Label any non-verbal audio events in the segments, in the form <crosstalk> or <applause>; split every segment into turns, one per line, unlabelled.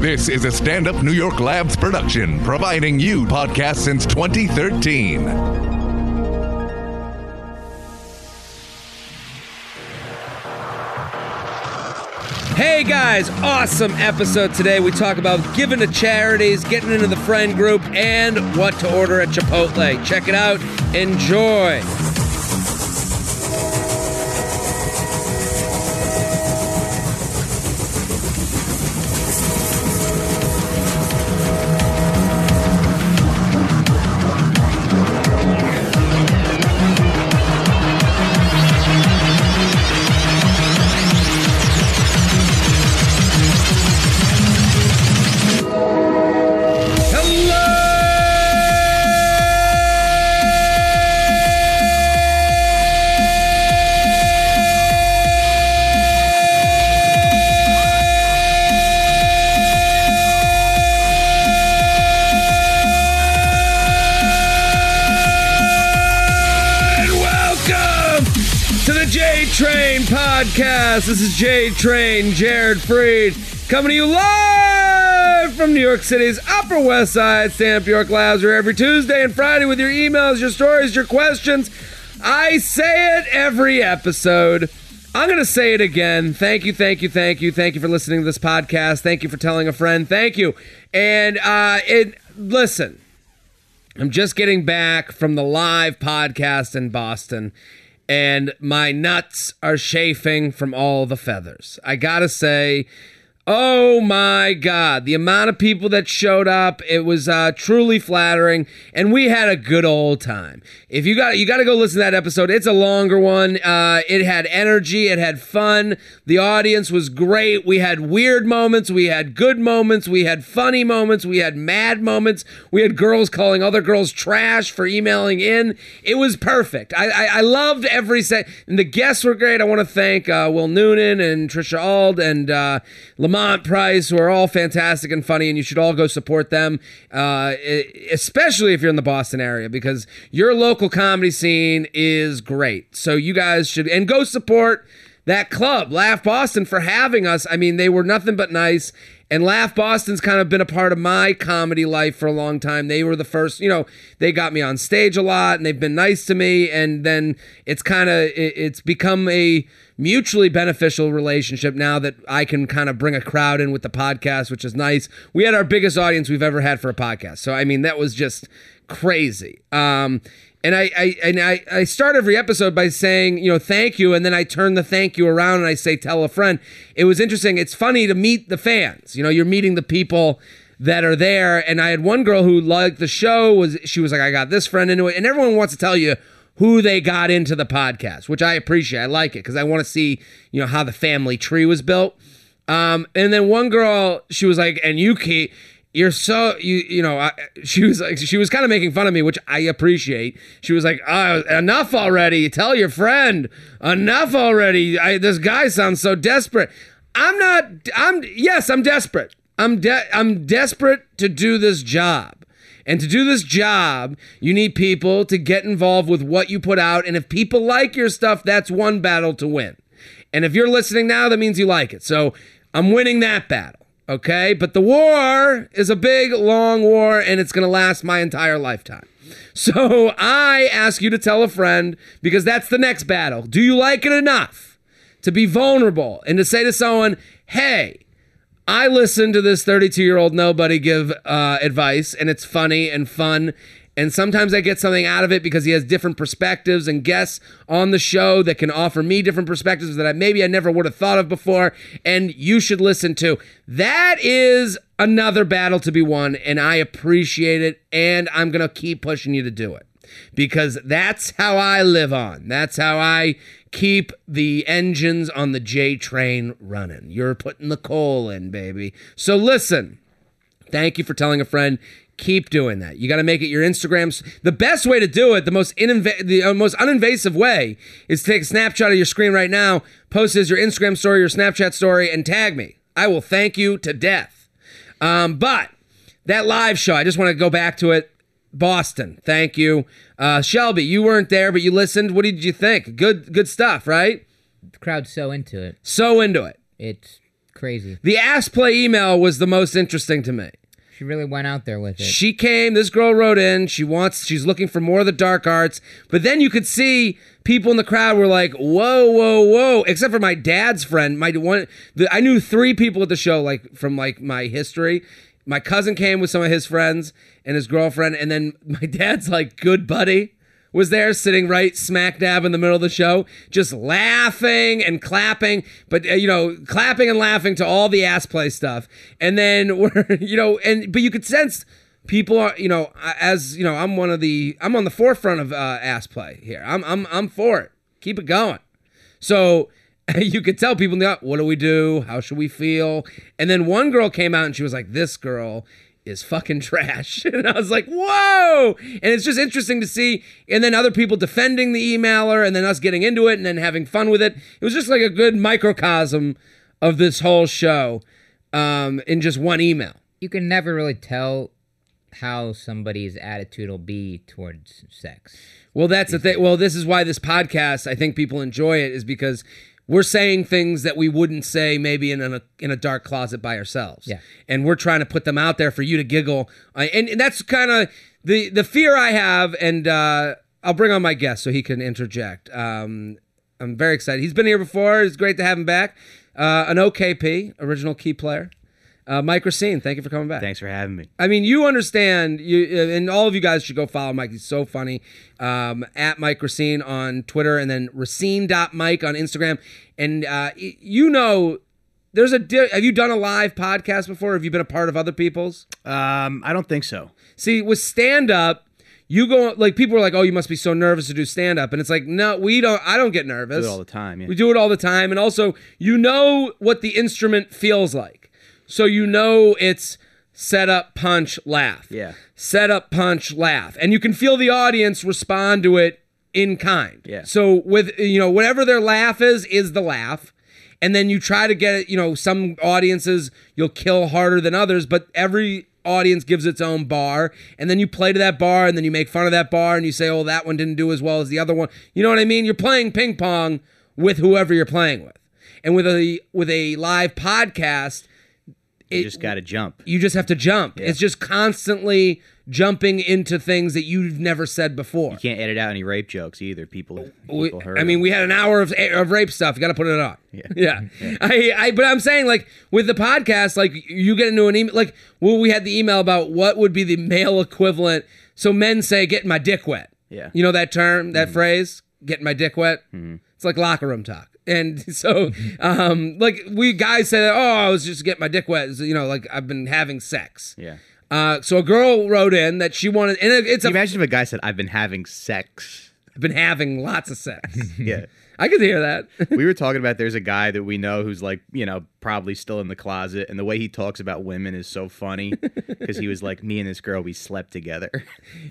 This is a stand up New York Labs production, providing you podcasts since 2013.
Hey guys, awesome episode today. We talk about giving to charities, getting into the friend group, and what to order at Chipotle. Check it out. Enjoy. Hello! And welcome to the J Train Podcast. This is J Train, Jared Freed, coming to you live from New York City's Upper West Side, Stand Up New York Labs, where every Tuesday and Friday with your emails, your stories, your questions. I say it every episode. I'm going to say it again. Thank you, thank you, thank you. Thank you for listening to this podcast. Thank you for telling a friend. Thank you. And uh, it, listen, I'm just getting back from the live podcast in Boston, and my nuts are chafing from all the feathers. I gotta say, oh my God, the amount of people that showed up, it was uh, truly flattering, and we had a good old time. If you got, you got to go listen to that episode. It's a longer one. Uh, it had energy, it had fun. The audience was great. We had weird moments, we had good moments, we had funny moments, we had mad moments, we had girls calling other girls trash for emailing in. It was perfect. I I, I loved every set, and the guests were great. I want to thank uh, Will Noonan and Trisha Ald and uh, Lamont Price, who are all fantastic and funny, and you should all go support them, uh, e- especially if you're in the Boston area because your local comedy scene is great. So you guys should and go support that club, Laugh Boston, for having us. I mean, they were nothing but nice. And Laugh Boston's kind of been a part of my comedy life for a long time. They were the first, you know, they got me on stage a lot and they've been nice to me. And then it's kind of, it- it's become a mutually beneficial relationship now that I can kind of bring a crowd in with the podcast, which is nice. We had our biggest audience we've ever had for a podcast. So, I mean, that was just crazy. Um, and I, I and I, I start every episode by saying, you know, thank you, and then I turn the thank you around and I say, tell a friend. It was interesting. It's funny to meet the fans. You know, you're meeting the people that are there. And I had one girl who liked the show. Was she was like, I got this friend into it, and everyone wants to tell you who they got into the podcast, which I appreciate. I like it because I want to see, you know, how the family tree was built. Um, and then one girl, she was like, "And you, Kate, you're so you you know." I, she was like, she was kind of making fun of me, which I appreciate. She was like, oh, "Enough already! Tell your friend, enough already! I, this guy sounds so desperate." I'm not. I'm yes, I'm desperate. I'm de- I'm desperate to do this job. And to do this job, you need people to get involved with what you put out. And if people like your stuff, that's one battle to win. And if you're listening now, that means you like it. So I'm winning that battle. Okay. But the war is a big, long war, and it's going to last my entire lifetime. So I ask you to tell a friend because that's the next battle. Do you like it enough to be vulnerable and to say to someone, hey, I listen to this 32 year old nobody give uh, advice, and it's funny and fun. And sometimes I get something out of it because he has different perspectives and guests on the show that can offer me different perspectives that I, maybe I never would have thought of before. And you should listen to. That is another battle to be won, and I appreciate it. And I'm going to keep pushing you to do it because that's how I live on. That's how I keep the engines on the J train running. You're putting the coal in, baby. So listen, thank you for telling a friend. Keep doing that. You got to make it your Instagrams. The best way to do it, the most ininv- the uh, most uninvasive way, is to take a snapshot of your screen right now, post it as your Instagram story, your Snapchat story, and tag me. I will thank you to death. Um, but that live show, I just want to go back to it. Boston, thank you, uh, Shelby. You weren't there, but you listened. What did you think? Good, good stuff, right?
crowd's so into it.
So into it.
It's crazy.
The ass play email was the most interesting to me.
She really went out there with it.
She came, this girl wrote in, she wants she's looking for more of the dark arts, but then you could see people in the crowd were like, "Whoa, whoa, whoa." Except for my dad's friend, my one the, I knew 3 people at the show like from like my history. My cousin came with some of his friends and his girlfriend and then <laughs> my dad's like good buddy was there sitting right smack dab in the middle of the show, just laughing and clapping, but uh, you know, clapping and laughing to all the ass play stuff. And then <laughs> we're, you know, and but you could sense people are, you know, uh, as you know, I'm one of the, I'm on the forefront of uh, ass play here. I'm, I'm, I'm for it. Keep it going. So <laughs> you could tell people, what do we do? How should we feel? And then one girl came out and she was like, this girl is fucking trash. <laughs> And I was like, whoa. And it's just interesting to see. And then other people defending the emailer and then us getting into it and then having fun with it. It was just like a good microcosm of this whole show um, in just one email.
you can never really tell how somebody's attitude will be towards sex.
Well, that's the thing. Well, this is why this podcast, I think people enjoy it, is because we're saying things that we wouldn't say maybe in a in a dark closet by ourselves.
Yeah.
and we're trying to put them out there for you to giggle. I, and, and that's kind of the the fear I have. And uh, I'll bring on my guest so he can interject. Um, I'm very excited. He's been here before. It's great to have him back. Uh, an OKP, original key player. Uh, Mike Racine, thank you for coming back.
Thanks for having me.
I mean, you understand, you uh, and all of you guys should go follow Mike. He's so funny. Um, at Mike Racine on Twitter and then Racine.Mike on Instagram. And uh, y- you know, there's a. Di- have you done a live podcast before? Have you been a part of other people's?
Um, I don't think so.
See, with stand up, you go, like, people are like, oh, you must be so nervous to do stand up. And it's like, no, we don't, I don't get nervous.
Do it all the time. Yeah.
We do it all the time. And also, you know what the instrument feels like. So you know it's set up, punch, laugh.
Yeah.
Set up, punch, laugh. And you can feel the audience respond to it in kind.
Yeah.
So with you know, whatever their laugh is, is the laugh. And then you try to get it, you know, some audiences you'll kill harder than others, but every audience gives its own bar and then you play to that bar and then you make fun of that bar and you say oh that one didn't do as well as the other one you know what i mean you're playing ping pong with whoever you're playing with and with a with a live podcast
you just got to jump.
you just have to jump it's just constantly jumping into things that you've never said before
Can't edit out any rape jokes either. People,
we-
people heard.
I mean, we had an hour of, of rape stuff. You got to put it on. <laughs> Yeah. I, I, but I'm saying, like, with the podcast, like, you get into an email, like, well, we had the email about what would be the male equivalent. So men say, getting my dick wet.
Yeah. Mm-hmm.
You know that term, that phrase, getting my dick wet? It's like locker room talk. And <laughs> so,
Mm-hmm.
um, like, we guys say, oh, I was just getting my dick wet. You know, like, I've been having sex.
yeah.
Uh, so a girl wrote in that she wanted, and it, it's, a,
Can you imagine if a guy said, "I've been having
<laughs>
sex."
I've been having lots of sex. <laughs>
Yeah.
I could hear that. <laughs>
we were talking about there's a guy that we know who's like you know probably still in the closet, and the way he talks about women is
<laughs>
so funny because he was like, "Me and this girl, we slept together." <laughs>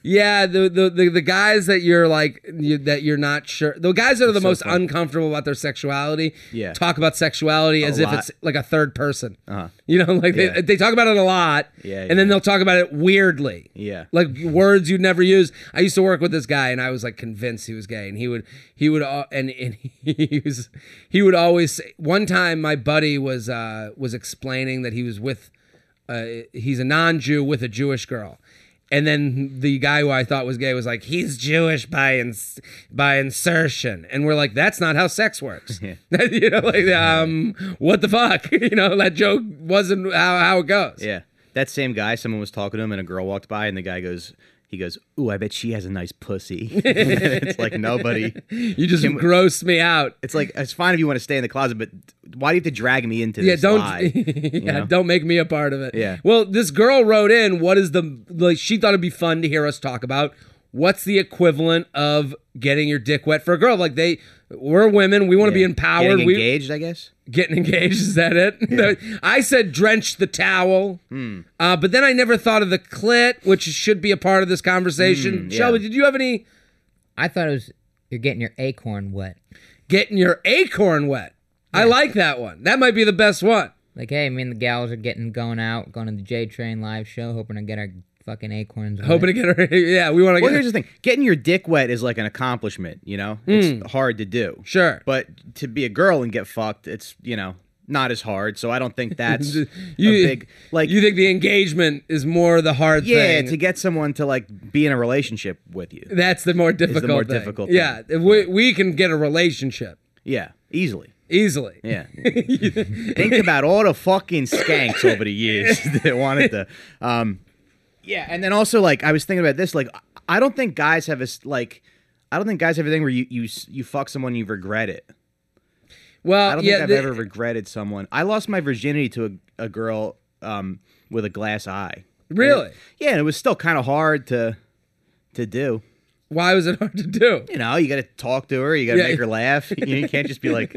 Yeah, the, the the the guys that you're like you, that you're not sure. The guys that are the most uncomfortable about their sexuality.
Yeah.
talk about sexuality as if
lot.
it's like a third person. Uh-huh. You know, like they, they talk about it a lot.
Yeah,
and then
yeah.
they'll talk about it weirdly.
Yeah.
like words you'd never use. I used to work with this guy, and I was like convinced he was gay, and he would he would al- and and <laughs> he was he would always say. One time, my buddy was uh was explaining that he was with uh, he's a non-Jew with a Jewish girl. And then the guy who I thought was gay was like, he's Jewish by ins- by insertion, and we're like, that's not how sex works. <laughs> you know, like, um, what the fuck? <laughs> you know, that joke wasn't how, how it goes.
Yeah. That same guy, someone was talking to him and a girl walked by and the guy goes, he goes, Ooh, I bet she has a nice pussy. <laughs> it's like nobody.
You just grossed me out.
It's like, it's fine if you want to stay in the closet, but why do you have to drag me into
Yeah,
this?
don't <laughs>
lie? You
yeah,
know?
don't make me a part of it.
Yeah.
Well, this girl wrote in what is the like she thought it'd be fun to hear us talk about what's the equivalent of getting your dick wet for a girl. Like they we're women, we want to
Yeah.
be empowered.
Getting
we
engaged, I guess.
getting engaged, <laughs> is that it? I said drench the towel.
Hmm.
Uh, but then I never thought of the clit, which should be a part of this conversation.
Hmm,
Shelby, did you have any
I thought it was you're getting your acorn wet.
getting your acorn wet? I like that one. That might be the best one.
Like, hey, me and the gals are getting going out, going to the J Train live show, hoping to get our fucking acorns.
Hoping
wet.
to get her. <laughs> Yeah, we want to
Well,
get.
here's the thing getting your dick wet is like an accomplishment, you know? It's hard to do.
Mm. Sure.
But to be a girl and get fucked, it's, you know, not as hard. So I don't
<laughs>
think that's
You-
a big like
you think the engagement is more the hard
yeah
thing?
to get someone to like be in a relationship with you.
that's the more difficult.
more
thing.
difficult
Yeah, we we can get a relationship
Yeah, easily.
easily.
Yeah. <laughs> Think about all the fucking skanks over the years <laughs> that wanted to. Um, yeah, and then also like I was thinking about this. Like I don't think guys have a s- like. I don't think guys have a thing where you you s- you fuck someone you regret it.
Well,
I don't
yeah,
think I've
the-
ever regretted someone. I lost my virginity to a, a girl um, with a glass eye.
really.
Yeah, and it was still kind of hard to to do.
Why was it hard to do?
You know, you got to talk to her. You got to
Yeah.
make her laugh. You, know, you can't just be like,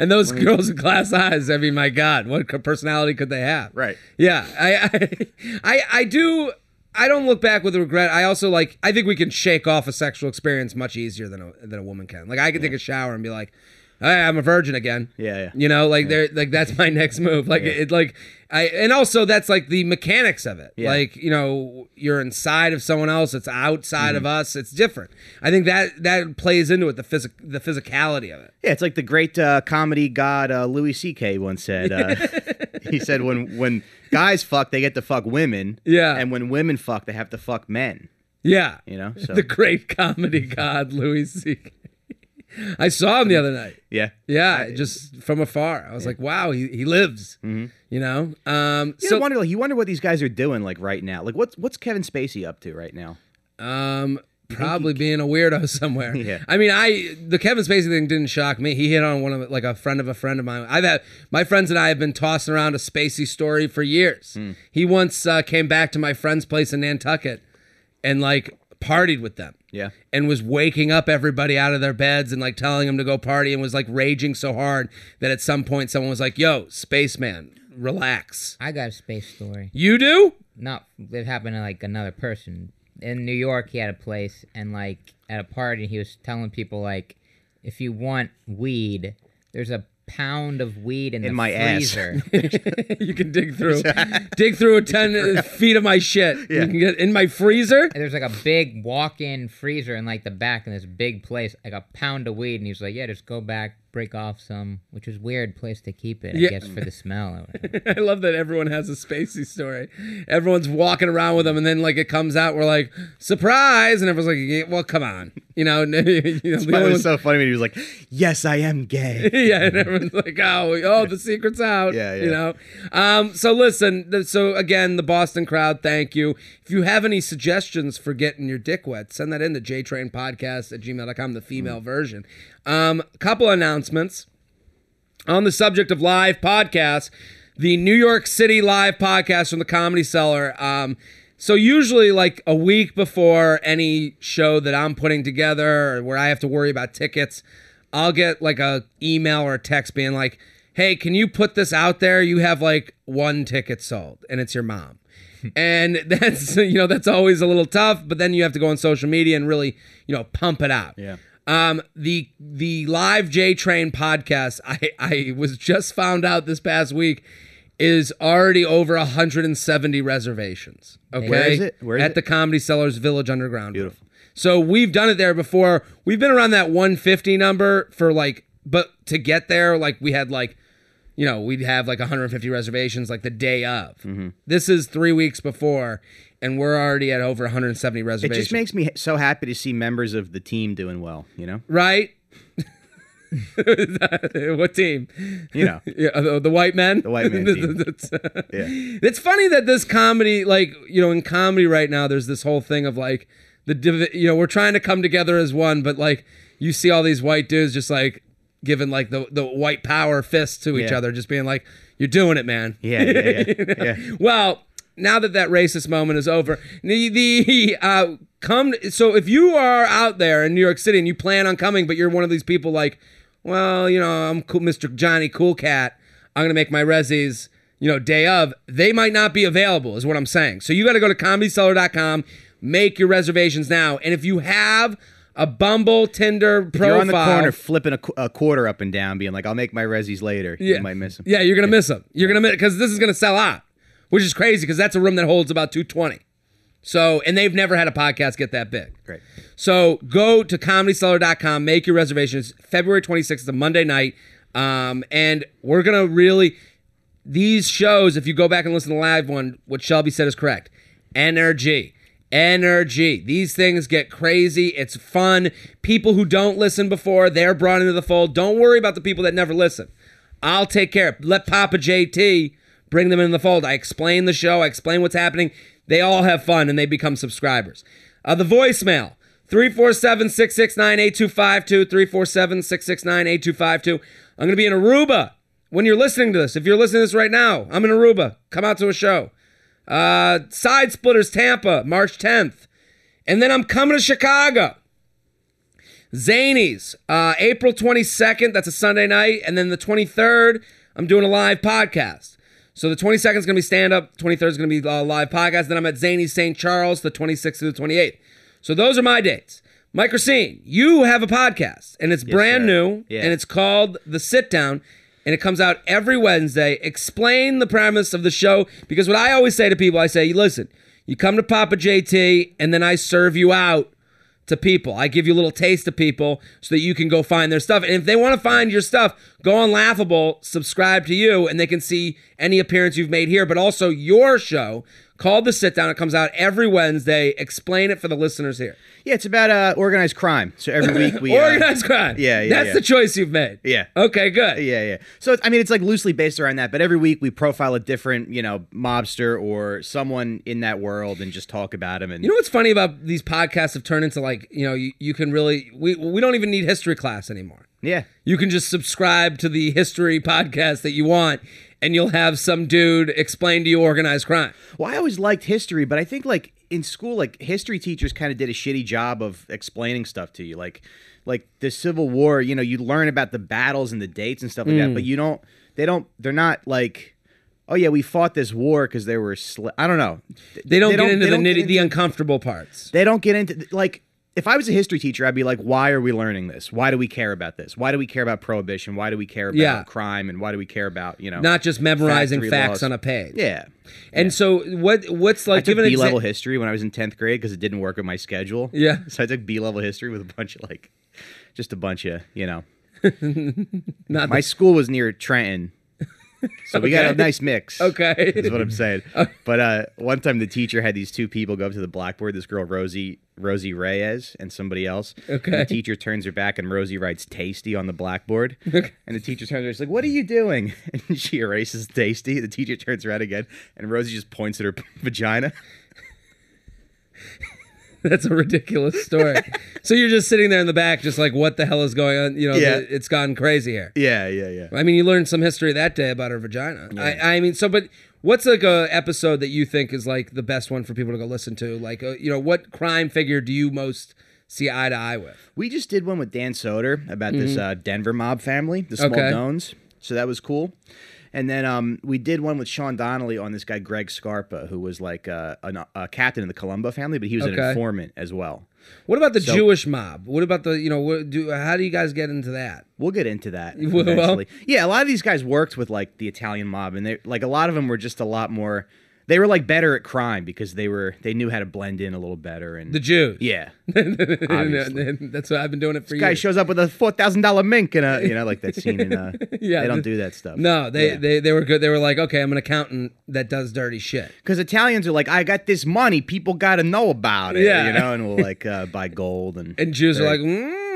And those girls with glass eyes, I mean, my God, what co- personality could they have?
Right.
Yeah. I, <laughs> I, I, I do. I don't look back with regret. I also like. I think we can shake off a sexual experience much easier than a than a woman can. Like I can take a shower and be like, "Hey, I'm a virgin again."
Yeah, yeah.
You know, like there, like that's my <laughs> next move. Like it, like I, and also that's like the mechanics of it. Like you know, you're inside of someone else. It's outside of
Mm-hmm.
us. It's different. I think that that plays into it. The physic, the physicality of it.
Yeah, it's like the great uh, comedy god uh, Louis C.K. once said.
<laughs>
Uh, he said when when guys fuck, they get to fuck women.
Yeah.
and when women fuck, they have to fuck men.
Yeah.
You know, so
the great comedy god Louis C.K. I saw him the other night.
yeah,
Yeah, just from afar. I was like, wow, he, he lives. You know, um,
Mm-hmm. You
so
wonder like, you wonder what these guys are doing like right now. Like what's what's Kevin Spacey up to right now? <laughs>
um, probably being a weirdo <laughs> somewhere.
Yeah.
I mean, I the Kevin Spacey thing didn't shock me. He hit on one of like a friend of a friend of mine. I've had my friends and I have been tossing around a Spacey story for years.
Hmm.
He once uh, came back to my friend's place in Nantucket and like partied with them.
Yeah,
and was waking up everybody out of their beds and like telling them to go party and was like raging so hard that at some point someone was like, "Yo, spaceman, relax."
I got a space story.
You do?
Not it happened to like another person in New York. He had a place and like at a party, he was telling people like, if you want weed, there's a pound of weed in, the
In my ass.
freezer.
<laughs> you can
<laughs>
dig through, dig through a ten feet of my shit. You can get in my freezer. <laughs>
And there's like a big walk-in freezer in like the back in this big place, like a pound of weed, and he's like, "Yeah, just go back, break off some," which is weird place to keep it, I
Yeah.
guess, for the smell. or whatever.
I love that everyone has a Spacey story. Everyone's walking around with them, and then like it comes out, we're like, "Surprise!" And everyone's like, yeah, "Well, come on," you know. <laughs> you know, the
it
only
was
one-
so funny when he was like, "Yes, I am gay."
<laughs> yeah, and everyone's like, oh, oh, the secret's out.
Yeah, yeah.
You know. Um, so listen. th- So again, the Boston crowd, thank you. If you have any suggestions for getting your dick wet, send that in to jtrainpodcast at gmail.com,
Mm.
the female version. Um, couple announcements on the subject of live podcasts, the New York City live podcast from the Comedy Cellar. Um, so usually, like a week before any show that I'm putting together, or where I have to worry about tickets, I'll get like a email or a text being like, "Hey, can you put this out there? You have like one ticket sold, and it's your mom." and that's you know that's always a little tough, but then you have to go on social media and really you know pump it out.
Yeah.
Um, the the live J Train podcast, I I was just found out this past week, is already over 170 reservations. Okay,
Where is it? Where is
at
it?
the Comedy Cellars Village Underground.
Beautiful.
So we've done it there before. We've been around that 150 number for like, but to get there, like we had like, you know, we'd have like 150 reservations like the day of.
Mm-hmm.
This is three weeks before, and we're already at over 170
It
reservations.
just makes me so happy to see members of the team doing well. You know,
right? <laughs> what team?
you
<laughs>
know.
Yeah, the, the white men. The <laughs>
white men team.
that's,
Yeah.
<laughs> It's funny that this comedy, like you know, in comedy right now, there's this whole thing of like the div- you know we're trying to come together as one, but like you see all these white dudes just like giving like the the white power fist to each
Yeah.
other, just being like, "You're doing it, man." <laughs>
Yeah, yeah, yeah. yeah.
Well, now that that racist moment is over, the, the uh, come. So if you are out there in New York City and you plan on coming, but you're one of these people like, well, you know, I'm cool, Mr. Johnny Cool Cat. I'm gonna make my resis. You know, day of, they might not be available, is what I'm saying. So you got to go to comedyseller.com, make your reservations now. And if you have a Bumble, Tinder profile,
You're on the corner flipping a, qu- a quarter up and down, being like, "I'll make my resis later." You might miss him.
Yeah, you're gonna miss them. You're gonna miss because this is gonna sell out, which is crazy because that's a room that holds about 220. So, and they've never had a podcast get that big.
Great.
So go to comedyseller.com, make your reservations. February 26th is a Monday night. Um, and we're gonna really these shows. If you go back and listen to the live one, what Shelby said is correct. Energy. Energy. These things get crazy. It's fun. People who don't listen before, they're brought into the fold. Don't worry about the people that never listen. I'll take care. of Let Papa JT bring them in the fold. I explain the show, I explain what's happening. They all have fun and they become subscribers. Uh, the voicemail 347 669 8252. 347 669 8252. I'm going to be in Aruba when you're listening to this. If you're listening to this right now, I'm in Aruba. Come out to a show. Uh, Side Splitters Tampa, March 10th. And then I'm coming to Chicago. Zanies, uh, April 22nd. That's a Sunday night. And then the 23rd, I'm doing a live podcast. So the 22nd is going to be stand up. 23rd is going to be a live podcast. Then I'm at Zanies St. Charles the 26th through the 28th. So those are my dates. Mike Racine, you have a podcast and it's brand
sir.
new
Yeah.
and it's called The Sit Down and it comes out every Wednesday. Explain the premise of the show because what I always say to people, I say, listen, you come to Papa JT and then I serve you out to people. I give you a little taste of people so that you can go find their stuff. And if they want to find your stuff, go on Laughable, subscribe to you, and they can see any appearance you've made here, but also your show called The Sit Down. It comes out every Wednesday. Explain it for the listeners here.
Yeah, it's about uh, organized crime. So every week
<laughs>
we uh,
Organized crime.
Yeah, yeah,
That's
yeah.
the choice you've made.
Yeah.
Okay, good.
Yeah, yeah. So it's, I mean, it's like loosely based around that, but every week we profile a different, you know, mobster or someone in that world and just talk about him. And
You know what's funny about these podcasts have turned into like, you know, you, you can really we we don't even need history class anymore.
yeah,
You can just subscribe to the history podcast that you want, and you'll have some dude explain to you organized crime.
Well, I always liked history, but I think like in school, like history teachers kind of did a shitty job of explaining stuff to you. Like, like the Civil War, you know, you learn about the battles and the dates and stuff like
Mm.
that, but you don't. They don't. They're not like, oh yeah, we fought this war because there were. Sl-. I don't know.
They don't get into the
they don't get
nitty, the
into-
uncomfortable parts.
they don't get into like. If I was a history teacher, I'd be like, why are we learning this? Why do we care about this? Why do we care about prohibition? Why do we care about
Yeah.
crime? And why do we care about you know
Not just memorizing
factory
facts
laws?
on a page.
Yeah.
And so what? What's like?
I took
give an
B level
exa-
history when I was in tenth grade because it didn't work with my schedule.
Yeah.
<laughs> so I took B level history with a bunch of like, just a bunch of you know.
<laughs> Not
my school was near Trenton, so we got a
Okay.
nice mix.
Okay. <laughs>
is what I'm saying. but uh, one time the teacher had these two people go up to the blackboard. This girl Rosie Rosie Reyes and somebody else.
Okay.
And the teacher turns her back and Rosie writes "tasty" on the blackboard. and the teacher turns her. She's like, "What are you doing?" <laughs> And she erases "tasty." The teacher turns around again, and Rosie just points at her <laughs> vagina.
That's a ridiculous
<laughs>
story. so you're just sitting there in the back, just like, what the hell is going on? You know,
Yeah.
the- it's gotten crazy here.
Yeah, yeah, yeah.
I mean, you learned some history that day about her vagina. I, I mean, so but what's like a episode that you think is like the best one for people to go listen to? Like, uh, you know, what crime figure do you most see eye to eye with?
We just did one with Dan Soder about this uh, Denver mob family, the
Mm-hmm. Okay.
Smoldones. So that was cool. And then um, we did one with Sean Donnelly on this guy Greg Scarpa, who was like uh, an, a captain in the Columba family, but he was
Okay.
an informant as well.
What about the
So-
Jewish mob? What about the you know? What do how do you guys get into that?
We'll get
<laughs>
into that
will?
eventually. yeah, a lot of these guys worked with like the Italian mob, and they like a lot of them were just a lot more. They were like better at crime because they were they knew how to blend in a little better and
The Jews. <laughs>
<laughs> yeah. obviously.
that's what I've been doing it for
guy
years.
shows up with a four thousand dollar mink and a you know like that scene in uh
<laughs> Yeah,
they don't
the-
do that stuff
No, they,
Yeah.
they they were good. They were like, okay, I'm an accountant that does dirty shit.
because Italians are like, I got this money, people got to know about it,
Yeah.
you
<laughs>
know, and we'll like uh, buy gold and,
And Jews are like,
Right.
mm,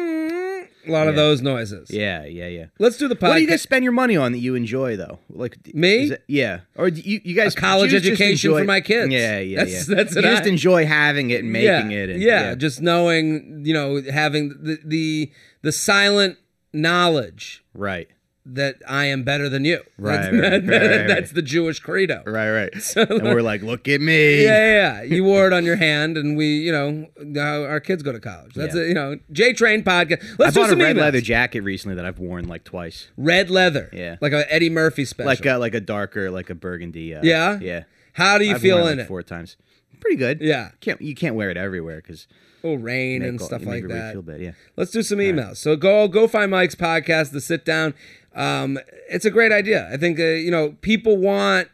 a lot of those noises.
yeah, yeah, yeah.
Let's do the podcast.
What do you guys spend your money on that you enjoy though? Like d-
Me?
is it- yeah, or do you you guys
A college
Jews just
education for
enjoy-
my kids.
Yeah, yeah,
That's-
yeah.
that's
you
what
just
I-
enjoy having it and making
yeah,
it. And,
yeah, just knowing, you know, having the the, the silent knowledge
right,
that I am better than you.
Right,
<laughs> That's,
right, right, right, right.
that's the Jewish credo.
right,
<laughs>
right. and we're like, look at me.
Yeah, yeah, yeah. You wore it on your hand, and we, you know, now our kids go to college. That's
Yeah.
it. You know, J Train podcast.
I
Let's do
bought a
some
red
emails.
leather jacket recently that I've worn like twice,
Red leather.
Yeah.
like a Eddie Murphy special.
like uh, like a darker, like a burgundy. Uh,
Yeah?
yeah.
How do you
I've
feel
worn
in
like
it?
four times. Pretty good.
Yeah.
Can't you can't wear it everywhere because
Oh, rain and stuff like that.
Feel bad. Yeah.
Let's do some emails. So go go find Mike's podcast, The Sit Down. Um, it's a great idea. I think uh, you know people want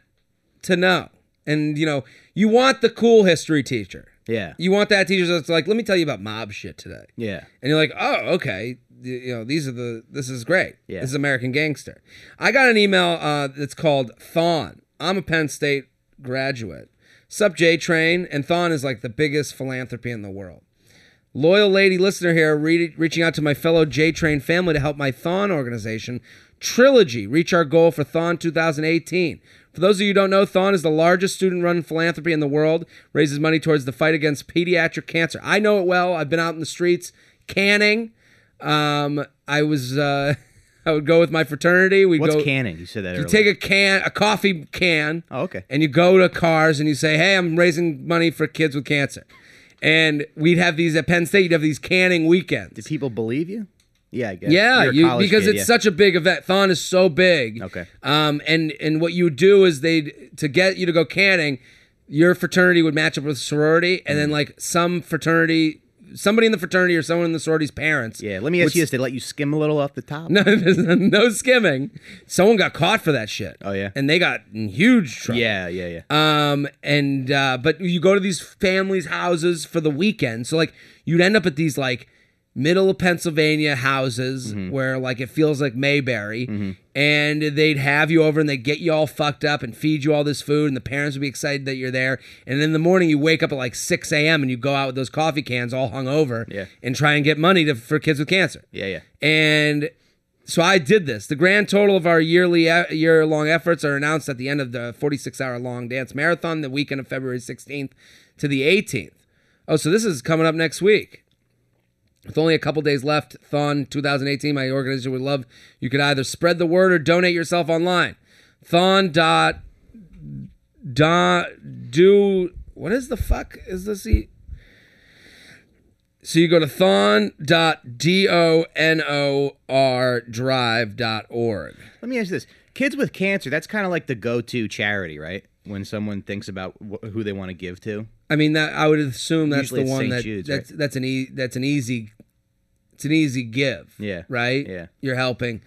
to know, and you know you want the cool history teacher.
Yeah.
You want that teacher that's like, let me tell you about mob shit today.
Yeah.
And you're like, oh, okay. You you know, these are the, this is great.
Yeah.
This is American Gangster. I got an email uh, that's called Thon. I'm a Penn State graduate. Sup, J Train. And Thon is like the biggest philanthropy in the world. Loyal lady listener here re- reaching out to my fellow J Train family to help my Thon organization, Trilogy, reach our goal for Thon 2018. For those of you who don't know, Thon is the largest student run philanthropy in the world, raises money towards the fight against pediatric cancer. I know it well. I've been out in the streets canning. Um, I was, uh, <laughs> I would go with my fraternity. We'd
What's
go,
canning? You said that
You
earlier.
take a can, a coffee can.
Oh, okay.
And you go to cars and you say, "Hey, I'm raising money for kids with cancer." And we'd have these at Penn State. You'd have these canning weekends.
Did people believe you? Yeah, I guess.
Yeah,
You're a
you-
college
because
kid,
it's
yeah.
such a big event. Thon is so big.
Okay.
Um, and and what you would do is they to get you to go canning, your fraternity would match up with a sorority, and
Mm-hmm.
then like some fraternity, somebody in the fraternity or someone in the sorority's parents. <laughs>
Yeah. Let me ask you this: They let you skim a little off the top.
No, there's no skimming. Someone got caught for that shit.
Oh, yeah?
and they got in huge trouble.
Yeah, yeah, yeah.
Um, and uh, but you go to these families' houses for the weekend, so like you'd end up at these like middle of Pennsylvania houses
Mm-hmm.
where like it feels like Mayberry, and they'd have you over and they'd get you all fucked up and feed you all this food, and the parents would be excited that you're there, and in the morning you wake up at like six a.m. and you go out with those coffee cans all hung over,
Yeah.
and try and get money to, for kids with cancer,
yeah, yeah.
and so I did this. The grand total of our yearly year long efforts are announced at the end of the 46 hour long dance marathon the weekend of February 16th to the 18th. Oh, so this is coming up next week. With only a couple days left, Thon 2018, my organization would love you could either spread the word or donate yourself online. Thon dot dot do what is the fuck is this? E- so you go to thon.donordrive.org.
Let me ask you this: Kids with cancer. That's kind of like the go-to charity, right? When someone thinks about wh- who they want to give to.
I mean, that I would assume that's
Usually
the
it's
one
St.
that
Jude's,
that's that's an e, that's an easy it's an easy give.
Yeah.
Right.
Yeah.
You're helping.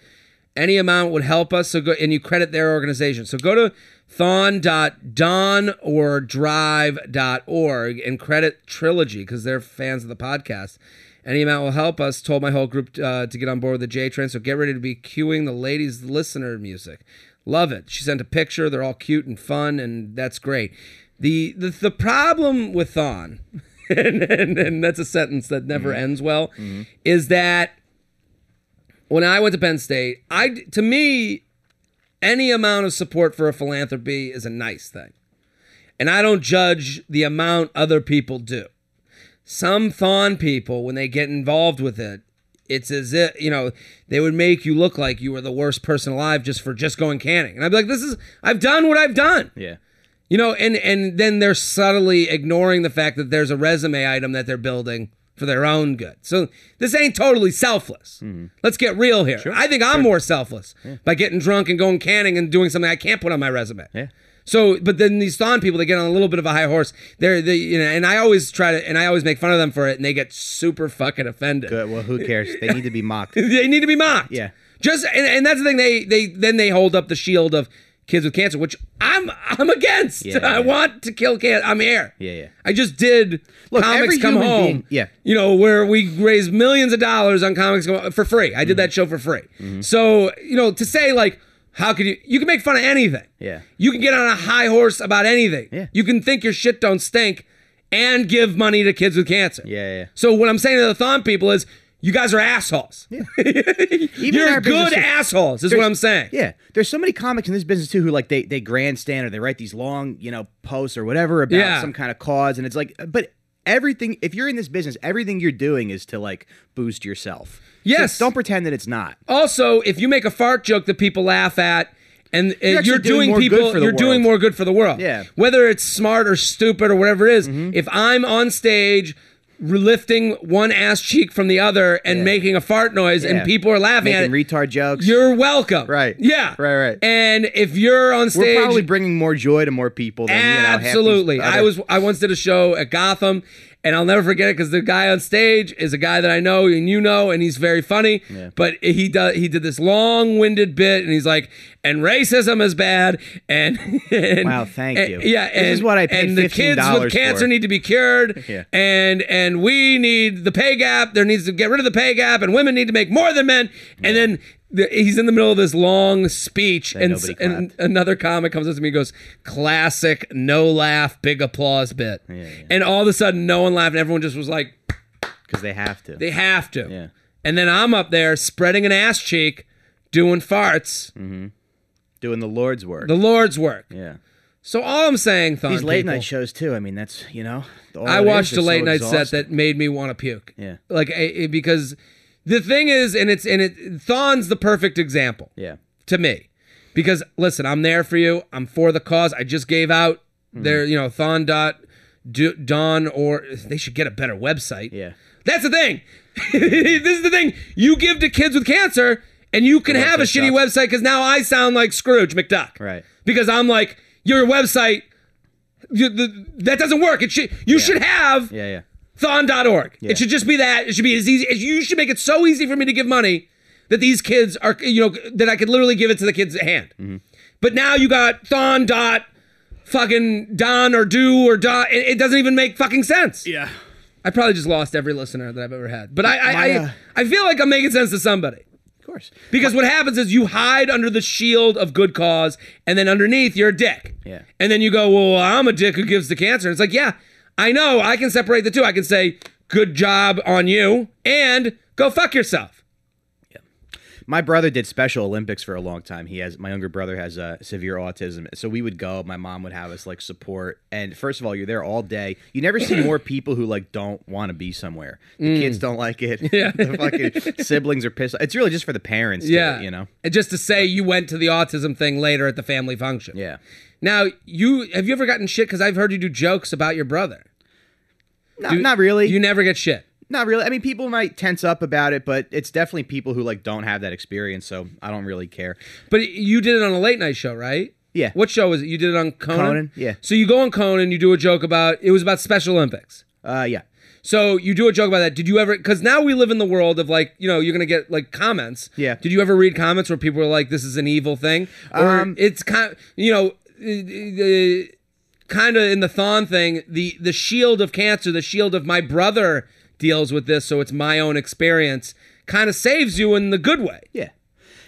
Any amount would help us. So go and you credit their organization. So go to thon.donorDrive.org and credit Trilogy because they're fans of the podcast. Any amount will help us. Told my whole group uh, to get on board with the J train. So get ready to be cueing the ladies' listener music. Love it. She sent a picture. They're all cute and fun, and that's great. The the, the problem with Thon, <laughs> and, and, and that's a sentence that never
Mm-hmm.
ends well, is that when I went to Penn State, I to me, any amount of support for a philanthropy is a nice thing, and I don't judge the amount other people do. Some Thon people, when they get involved with it, it's as if you know they would make you look like you were the worst person alive just for just going canning, and I'd be like, "This is I've done what I've done."
Yeah.
You know, and and then they're subtly ignoring the fact that there's a resume item that they're building for their own good. So this ain't totally selfless. Let's get real here. I think I'm more selfless by getting drunk and going canning and doing something I can't put on my resume.
Yeah.
So, but then these Thon people, they get on a little bit of a high horse. They're, they, you know, and I always try to, and I always make fun of them for it, and they get super fucking offended
But, well, who cares? They need to be mocked.
<laughs> they need to be mocked.
Yeah.
Just and, and that's the thing they they then they hold up the shield of kids with cancer, which I'm I'm against.
Yeah,
I
yeah.
want to kill cancer. I'm here.
Yeah, yeah.
I just did
Look,
comics
every
come
human
home.
being- yeah.
You know where we raised millions of dollars on comics Come Home for free. I did
Mm-hmm.
that show for free. So you know to say like. How could you? You can make fun of anything.
Yeah.
You can get on a high horse about anything.
Yeah.
You can think your shit don't stink, and give money to kids with cancer.
Yeah, yeah.
So what I'm saying to the Thon people is, you guys are assholes. <laughs>
Even in
You're
our
good
business too.
assholes, is what I'm saying.
Yeah, there's so many comics in this business too who like they they grandstand or they write these long you know posts or whatever about
Yeah.
some kind of cause, and it's like, but everything if you're in this business, everything you're doing is to like boost yourself.
Yes.
don't pretend that it's not.
Also, if you make a fart joke that people laugh at, and uh, you're,
actually doing
doing,
more good
people,
for the
you're doing
world.
more good for the world.
Yeah. Mm-hmm.
Whether it's smart or stupid or whatever it is, if I'm on stage re- lifting one ass cheek from the other and making a fart noise
Yeah.
and people are laughing
Making
at it,
retard jokes.
you're welcome.
Right.
Yeah.
Right, right.
And if you're on
We're
stage,
probably bringing more joy to more people. Than, you know, half these
Absolutely. I
other-
was I once did a show at Gotham And I'll never forget it because the guy on stage is a guy that I know and you know, and he's very funny. But he does he did this long winded bit, and he's like, "And racism is bad." And, and-
Wow, thank
and-
you.
Yeah,
This is
and-
what I paid
And the kids
$15
with cancer
for.
need to be cured.
<laughs> Yeah.
And and we need the pay gap. There needs to get rid of the pay gap, and women need to make more than men. And then the, he's in the middle of this long speech, and, s-
nobody
and another comic comes up to me and goes, "Classic, no laugh, big applause bit."
yeah.
And all of a sudden, no one laughed, and everyone just was like,
because they have to.
"They have to."
Yeah.
And then I'm up there spreading an ass cheek, doing farts,
Doing the Lord's work.
the Lord's work.
Mm. yeah.
So all I'm saying, Thon,
These late
people-
night shows too. I mean, that's you know. all
I
it is,
watched
they're
a
so
late night set
exhausting.
that made me want to puke.
Yeah.
Like I, I- because the thing is, and it's and it Thon's the perfect example
Yeah.
to me, because listen, I'm there for you. I'm for the cause. I just gave out
Mm-hmm.
their you know Thon dot do, Don or they should get a better website.
Yeah.
That's the thing. <laughs> this is the thing you give to kids with cancer, and you can have a
website
shitty website 'cause website because now I sound like Scrooge McDuck.
Right.
Because I'm like your website. You, the, that doesn't work. It should you should have
Yeah. Yeah.
Thon.org.
Yeah.
It should just be that. It should be as easy as you should make it so easy for me to give money that these kids are, you know, that I could literally give it to the kids at hand.
Mm-hmm.
But now you got Thon dot fucking Don or do or dot. It, it doesn't even make fucking sense.
Yeah.
I probably just lost every listener that I've ever had. But I, I,
My, uh,
I, I feel like I'm making sense to somebody.
Of course.
Because what happens is you hide under the shield of good cause, and then underneath you're a dick.
Yeah.
And then you go, well, I'm a dick who gives the cancer. It's like, yeah, I know. I can separate the two. I can say, good job on you, and go fuck yourself.
My brother did Special Olympics for a long time. He has my younger brother has uh, severe autism, so we would go. My mom would have us like support. And first of all, you're there all day. You never see more people who like don't want to be somewhere. The kids don't like it. Yeah. the fucking siblings are pissed. It's really just for the parents. Yeah.
Yeah.
you know.
And just to say you went to the autism thing later at the family function.
Yeah.
Now, you have you ever gotten shit? Because I've heard you do jokes about your brother.
Not, not really.
You never get shit.
not really. I mean, people might tense up about it, but it's definitely people who like don't have that experience. So I don't really care.
But you did it on a late night show, right?
Yeah.
What show was it? You did it on Conan?
Conan, yeah.
So you go on Conan, you do a joke about it was about Special Olympics.
Uh, yeah.
So you do a joke about that. Did you ever? Because now we live in the world of like, you know, you're gonna get like comments.
Yeah.
Did you ever read comments where people were like, "This is an evil thing," or
Um,
it's kind, you know, kind of in the Thon thing, the the shield of cancer, the shield of my brother deals with this, so it's my own experience. Kind of saves you in the good way.
Yeah.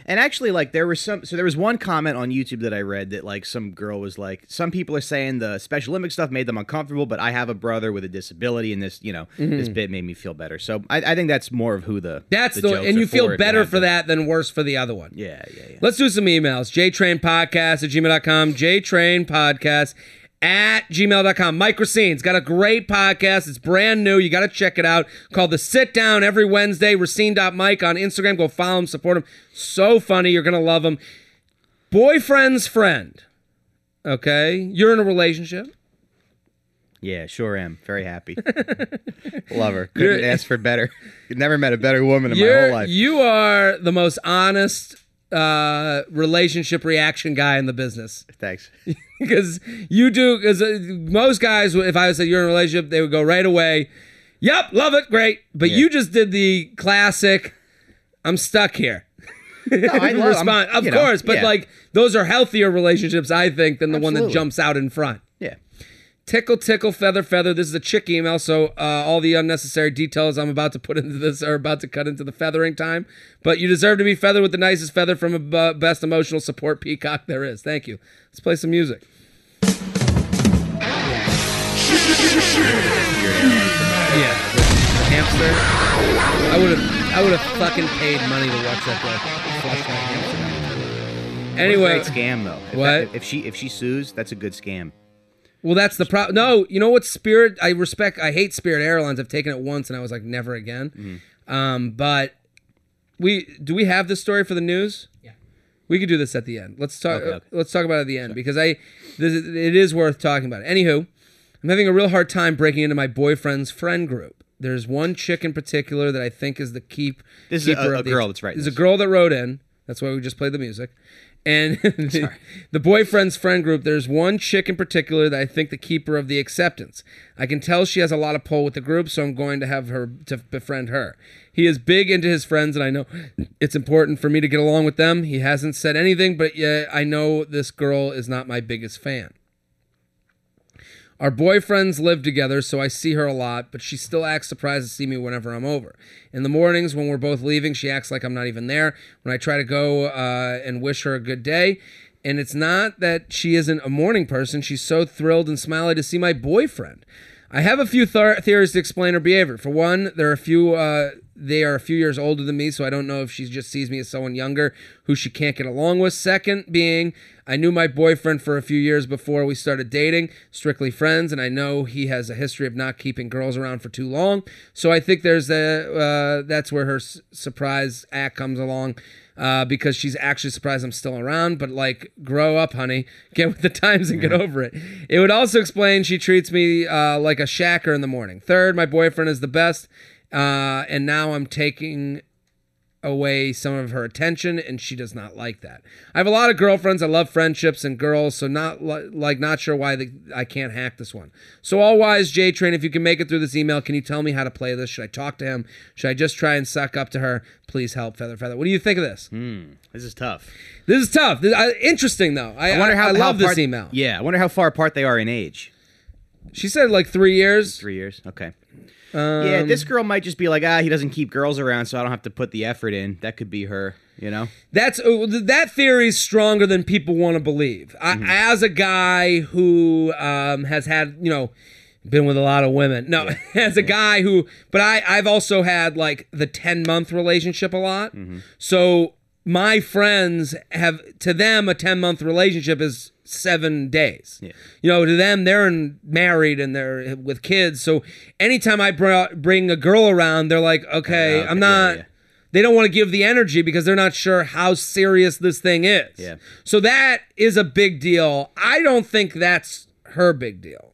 And actually, like, there was some. So there was one comment on YouTube that I read that, like, some girl was like, some people are saying the Special Olympic stuff made them uncomfortable, but I have a brother with a disability, and this, you know, this bit made me feel better. So I, I think that's more of who the.
Mm-hmm. That's the,
jokes
and
are
you
for,
feel
if they
better
have
for
the-
that than worse for the other one.
Yeah, yeah, yeah.
Let's do some emails. JTrainPodcast at gmail.com. JTrainPodcast at gmail.com. Mike Racine's got a great podcast. It's brand new. You got to check it out. Called The Sit Down every Wednesday. Racine.mike on Instagram. Go follow him, support him. So funny. You're going to love him. Boyfriend's friend. Okay. You're in a relationship.
Yeah, sure am.
<laughs>
Very happy. Love her. Couldn't ask for better. Never met a better woman in my
You're-
whole life.
You are the most honest uh, relationship reaction guy in the business. <laughs>
Thanks.
because you do because uh, most guys if i said you're in a relationship they would go right away yep love it great but you just did the classic i'm stuck here
No, I love- I'm-
response of
you know,
course but
yeah,
like those are healthier relationships i think than the one that
Absolutely.
jumps out in front
yeah.
tickle tickle feather feather this is a chick email so uh, all the unnecessary details i'm about to put <laughs> into this are about to cut into the feathering time but you deserve to be feathered with the nicest feather from a bu- best emotional support peacock there is thank you let's play some music yeah hamster i would have i would have fucking paid money to watch that guy flush that hamster out. anyway
Great scam though. If
What?
that- if she if she sues, that's a good scam.
Well, that's the problem. No, you know what? Spirit, I respect. I hate Spirit Airlines. I've taken it once, and I was like, never again.
Mm-hmm.
Um, but we do we have this story for the news? Yeah, we could do this at the end. Let's talk.
Okay, okay.
uh, Let's talk about it at the end because I, this, is- it is worth talking about. Anywho, I'm having a real hard time breaking into my boyfriend's friend group. There's one chick in particular that I think is the keep.
This is a-
keeper
a
of the-
girl that's writing
There's a
this.
girl that wrote in. That's why we just played the music, And <laughs> the, the boyfriend's friend group, there's one chick in particular that I think the keeper of the acceptance. I can tell she has a lot of pull with the group, so I'm going to have her to befriend her. He is big into his friends, and I know it's important for me to get along with them. He hasn't said anything, but yeah, I know this girl is not my biggest fan. Our boyfriends live together, so I see her a lot, but she still acts surprised to see me whenever I'm over. In the mornings, when we're both leaving, she acts like I'm not even there. When I try to go uh, and wish her a good day, and it's not that she isn't a morning person, she's so thrilled and smiley to see my boyfriend. I have a few thor- theories to explain her behavior. For one, there are a few. Uh, they are a few years older than me, so I don't know if she just sees me as someone younger who she can't get along with. Second, being I knew my boyfriend for a few years before we started dating, strictly friends, and I know he has a history of not keeping girls around for too long. So I think there's the uh, that's where her s- surprise act comes along uh, because she's actually surprised I'm still around. But like, grow up, honey. <laughs> Get with the times and get over it. It would also explain she treats me uh, like a shacker in the morning. Third, my boyfriend is the best, uh, and now I'm taking away some of her attention and she does not like that. I have a lot of girlfriends, I love friendships and girls, so not li- like not sure why the, I can't hack this one. So all wise J Train, if you can make it through this email, can you tell me how to play this? Should I talk to him? Should I just try and suck up to her? Please help Feather Feather. What do you think of this?
Hmm. This is tough.
This is tough. This, I, interesting though. I,
I wonder how
I
how
love
apart-
this email.
Yeah, I wonder how far apart they are in age.
She said like 3 years.
Three years. Okay. yeah,
Um,
this girl might just be like, ah, he doesn't keep girls around, so I don't have to put the effort in. That could be her, you know.
That's uh, that theory is stronger than people want to believe. I,
Mm-hmm.
As a guy who um, has had, you know, been with a lot of women. No, <laughs> as
Mm-hmm.
a guy who, but I I've also had like the ten month relationship a lot.
Mm-hmm.
So my friends have to them a ten month relationship is seven days. You know, to them they're in, married and they're with kids. So anytime I brought, bring a girl around, they're like, okay,
Oh, okay,
I'm
yeah,
not
yeah.
they don't want to give the energy because they're not sure how serious this thing is.
Yeah.
So that is a big deal. I don't think that's her big deal.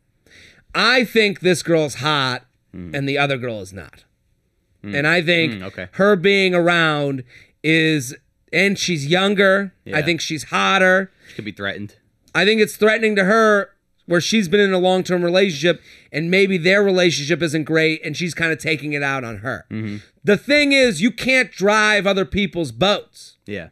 I think this girl's hot and the other girl is not. And I think
Hmm. okay.
her being around is and she's younger. I
Yeah.
think she's hotter.
She could be threatened.
I think it's threatening to her where she's been in a long term relationship and maybe their relationship isn't great and she's kind of taking it out on her.
Mm-hmm.
The thing is, you can't drive other people's boats.
Yeah.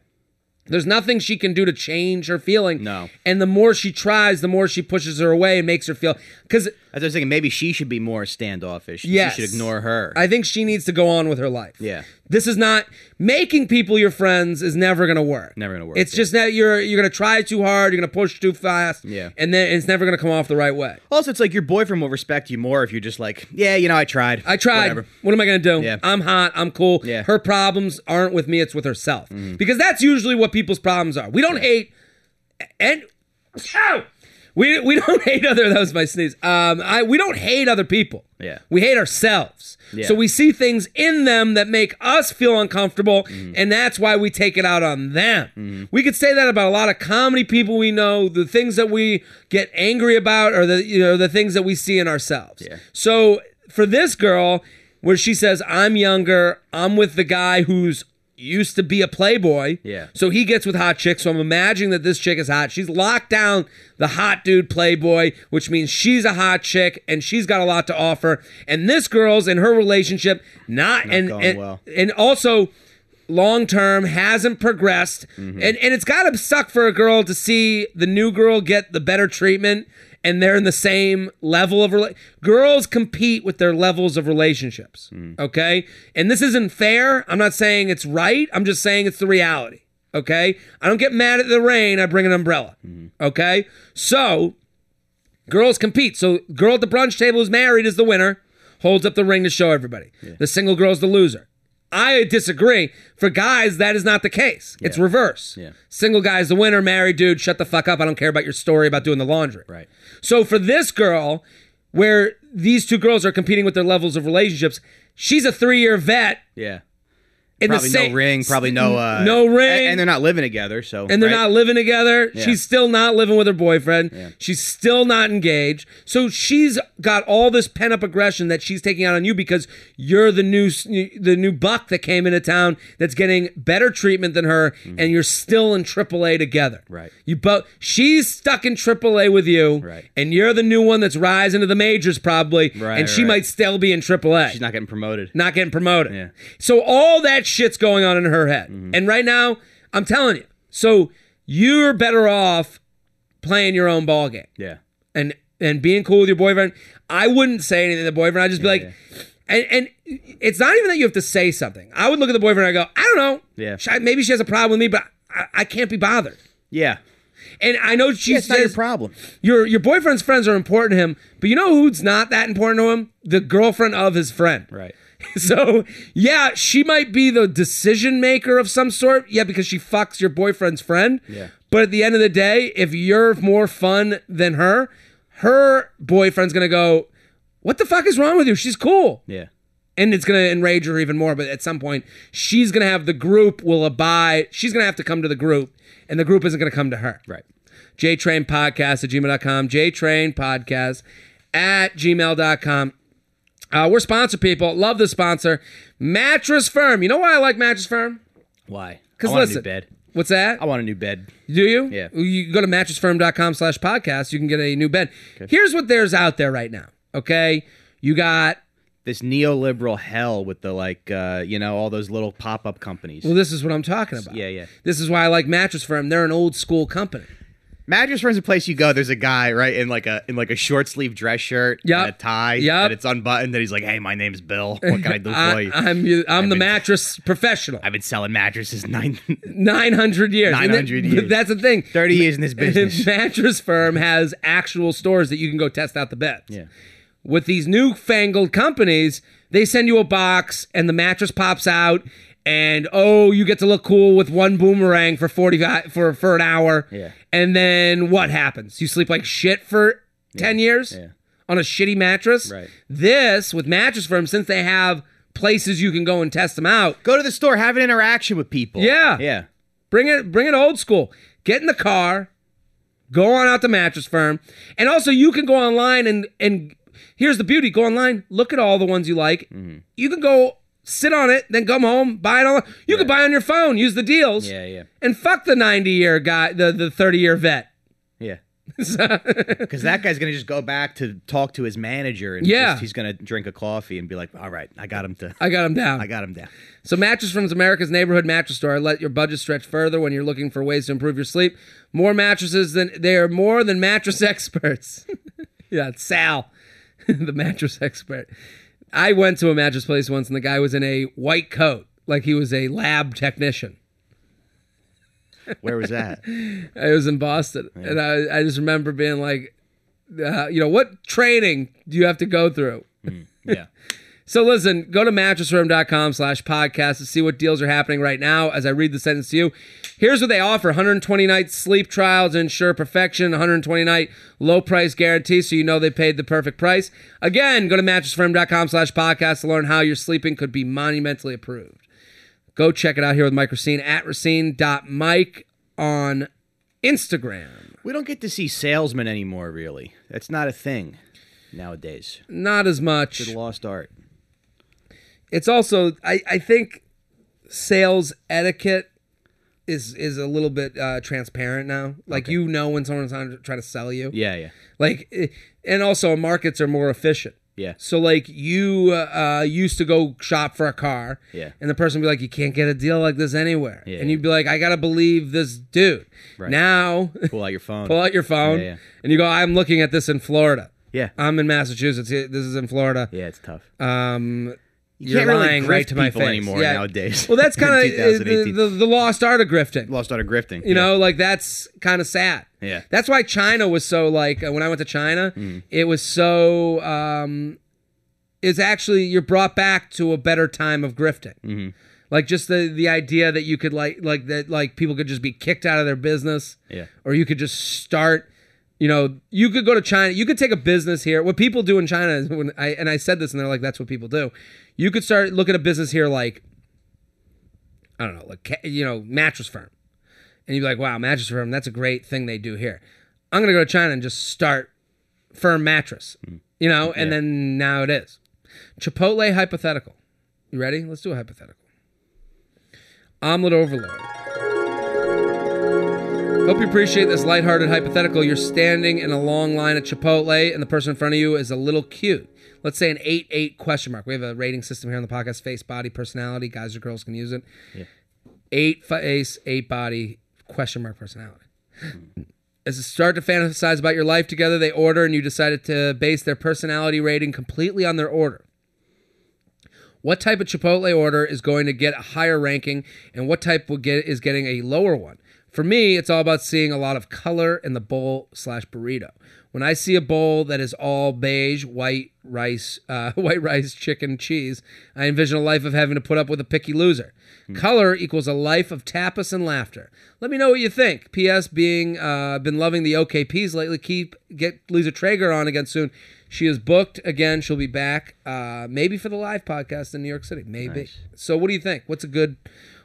There's nothing she can do to change her feeling.
No.
And the more she tries, the more she pushes her away and makes her feel. Because
As I was thinking, maybe she should be more standoffish.
Yes.
She should ignore her.
I think she needs to go on with her life.
Yeah.
This is not making people your friends is never gonna work.
Never gonna work,
It's
yeah.
just that you're you're gonna try too hard, you're gonna push too fast.
Yeah.
And then it's never gonna come off the right way.
also, it's like your boyfriend will respect you more if you're just like, yeah, you know, I tried.
I tried.
Whatever.
What am I going to do?
Yeah.
I'm hot. I'm cool.
Yeah. Mm-hmm.
Her problems aren't with me. It's with herself. Because that's usually what people's problems are. We don't hate and Ow! we we don't <laughs> hate other. That was my sneeze. Um, I we don't hate other people.
Yeah.
We hate ourselves.
Yeah.
So we see things in them that make us feel uncomfortable,
Mm-hmm.
and that's why we take it out on them. We could say that about a lot of comedy people we know. The things that we get angry about are the you know the things that we see in ourselves.
Yeah.
So for this girl, where she says, "I'm younger. I'm with the guy who's." Used to be a playboy.
Yeah.
So he gets with hot chicks. So I'm imagining that this chick is hot. She's locked down the hot dude playboy, which means she's a hot chick and she's got a lot to offer. And this girl's in her relationship, not, and,
going
and
well.
and also long term hasn't progressed. And and it's gotta suck for a girl to see the new girl get the better treatment and they're in the same level of rela- girls compete with their levels of relationships. Okay? And this isn't fair. I'm not saying it's right. I'm just saying it's the reality. Okay? I don't get mad at the rain, I bring an umbrella. Okay? So Girls compete. So, girl at the brunch table who's married is the winner, holds up the ring to show everybody. The single girl's the loser. I disagree. For guys, that is not the case. It's reverse.
Yeah.
Single guy's the winner, married dude, shut the fuck up. I don't care about your story about doing the laundry.
Right.
So, for this girl, where these two girls are competing with their levels of relationships, she's a three year vet
Yeah.
in the
probably
same-
no ring, probably no uh,
no ring.
a- and they're not living together. So
and they're
right?
not living together.
Yeah.
She's still not living with her boyfriend. She's still not engaged. So she's got all this pent up aggression that she's taking out on you because you're the new s- the new buck that came into town that's getting better treatment than her, and you're still in AAA together.
Mm-hmm. Right.
You both. She's stuck in AAA with you,
Right.
And you're the new one that's rising to the majors probably,
Right,
and she
right.
might still be in AAA
She's not getting promoted.
not getting promoted.
Yeah. Mm-hmm.
So all that shit's going on in her head. And right now, I'm telling you. So you're better off playing your own ball game
Yeah.
and and being cool with your boyfriend. I wouldn't say anything to the boyfriend. I'd just be like, and and it's not even that you have to say something. I would look at the boyfriend and I go, I don't know.
Yeah.
She- maybe she has a problem with me, but I, I can't be bothered.
Yeah.
And I know she
yeah it's not your
says-
problem.
your your boyfriend's friends are important to him, but you know who's not that important to him? The girlfriend of his friend.
Right.
<laughs> So yeah, she might be the decision maker of some sort. Yeah, because she fucks your boyfriend's friend.
Yeah.
But at the end of the day, if you're more fun than her, her boyfriend's gonna go, "What the fuck is wrong with you? She's cool."
Yeah.
and it's going to enrage her even more. But at some point, she's going to have the group will abide. She's going to have to come to the group, and the group isn't going to come to her.
Right.
JTrain Podcast at gmail.com, JTrain Podcast at gmail.com. Uh, we're sponsor people. Love the sponsor. Mattress Firm. You know why I like Mattress Firm?
Why? I
Because
want
listen.
a new bed.
What's that?
I want a new bed.
Do you?
Yeah.
You go to mattressfirm.com slash podcast. You can get a new bed. Here's what there's out there right now. Okay. You got
This neoliberal hell with the like, uh, you know, all those little pop up companies.
Well, this is what I'm talking about.
Yeah, yeah.
This is why I like Mattress Firm. They're an old school company.
Mattress Firm's a place you go. There's a guy right in like a in like a short sleeve dress shirt,
Yep.
and a tie,
Yep.
and it's unbuttoned. And he's like, "Hey, my name's <laughs> Bill. What can I do for
I,
you?
I'm you- I'm the
been-
mattress professional.
I've been selling mattresses nine, <laughs>
Nine hundred years. And that-
900 years.
That's <laughs> the thing.
30 years in this business.
mattress Firm has actual stores that you can go test out the beds.
Yeah.
With these newfangled companies, they send you a box and the mattress pops out. And oh, you get to look cool with one boomerang for forty five for for an hour.
Yeah.
And then what happens? You sleep like shit for ten years
yeah.
on a shitty mattress.
Right.
This with Mattress Firm, since they have places you can go and test them out,
go to the store, have an interaction with people.
Yeah.
yeah.
Bring it, bring it old school. Get in the car, go on out to Mattress Firm, and also you can go online and and here's the beauty: go online, look at all the ones you like. You can go sit on it, then come home, buy it all. You can buy on your phone, use the deals,
Yeah, yeah.
and fuck the ninety year guy, the the thirty year vet. <laughs>
Yeah. Because that guy's gonna just go back to talk to his manager, and
Yeah.
just- he's gonna drink a coffee and be like, "All right, I got him to,
I got him down.
I got him down."
So Mattress Firm's America's Neighborhood Mattress Store let your budget stretch further when you're looking for ways to improve your sleep. More mattresses than they are more than mattress <laughs> experts. yeah, it's Sal, <laughs> the mattress expert. I went to a mattress place once and the guy was in a white coat, like he was a lab technician.
Where was that?
I was in Boston, and I, I just remember being like, uh, you know, what training do you have to go through?
yeah.
So listen, go to mattressroom.com slash podcast to see what deals are happening right now as I read the sentence to you. Here's what they offer 120 night sleep trials, ensure perfection, 120 night low price guarantee, so you know they paid the perfect price. Again, go to mattressroom.com slash podcast to learn how your sleeping could be monumentally improved. Go check it out here with Mike Racine at racine.mike on Instagram.
<laughs> We don't get to see salesmen anymore, really. That's not a thing nowadays.
Not as much.
It's a lost art.
it's also I, I think sales etiquette is is a little bit uh, transparent now. Like you know when someone's trying trying to sell you.
Yeah, yeah,
Like eh, and also markets are more efficient.
yeah.
So like you uh, used to go shop for a car,
Yeah.
and the person would be like, "You can't get a deal like this anywhere,"
Yeah,
and you'd be like, "I gotta believe this dude."
Right.
Now, <laughs>
Pull out your phone.
pull out your phone,
Yeah, yeah.
and you go, "I'm looking at this in Florida.
yeah,
I'm in Massachusetts. This is in Florida.
yeah. It's tough.
Um,
you can't
you're
really
lying
grift
right to my
people
face.
anymore
Yeah.
nowadays.
Well,
<laughs>
that's
In
kind of the,
2018.
the, the lost art of grifting.
lost art of grifting.
You know, like that's kind of sad.
Yeah. Mm.
That's why China was so like uh, when I went to China, it was so um it's actually you're brought back to a better time of grifting.
Mm-hmm.
Like just the the idea that you could like like that like people could just be kicked out of their business.
Yeah.
Or you could just start you know, you could go to China. You could take a business here. What people do in China is when I and I said this, and they're like, "That's what people do." You could start look at a business here like I don't know, like ca- you know, mattress firm, and you'd be like, wow, mattress firm, that's a great thing they do here. I'm gonna go to China and just start firm mattress, you know, and then now it is. Chipotle hypothetical. You ready? Let's do a hypothetical. Omelet overload. Hope you appreciate this lighthearted hypothetical. You're standing in a long line at Chipotle, and the person in front of you is a little cute. Let's say an 8 8 question mark. We have a rating system here on the podcast face, body, personality. Guys or girls can use it. Eight face, eight body, question mark, personality. As they start to fantasize about your life together, they order, and you decided to base their personality rating completely on their order. What type of Chipotle order is going to get a higher ranking, and what type will get is getting a lower one? For me, it's all about seeing a lot of color in the bowl slash burrito. When I see a bowl that is all beige, white rice, uh, <laughs> white rice, chicken, cheese, I envision a life of having to put up with a picky loser. Hmm. Color equals a life of tapas and laughter. Let me know what you think. P.S. Being uh, been loving the OKPs lately. Keep get Lisa Traeger on again soon. She is booked again. She'll be back, uh, maybe for the live podcast in New York City. Maybe. So, what do you think? What's a good,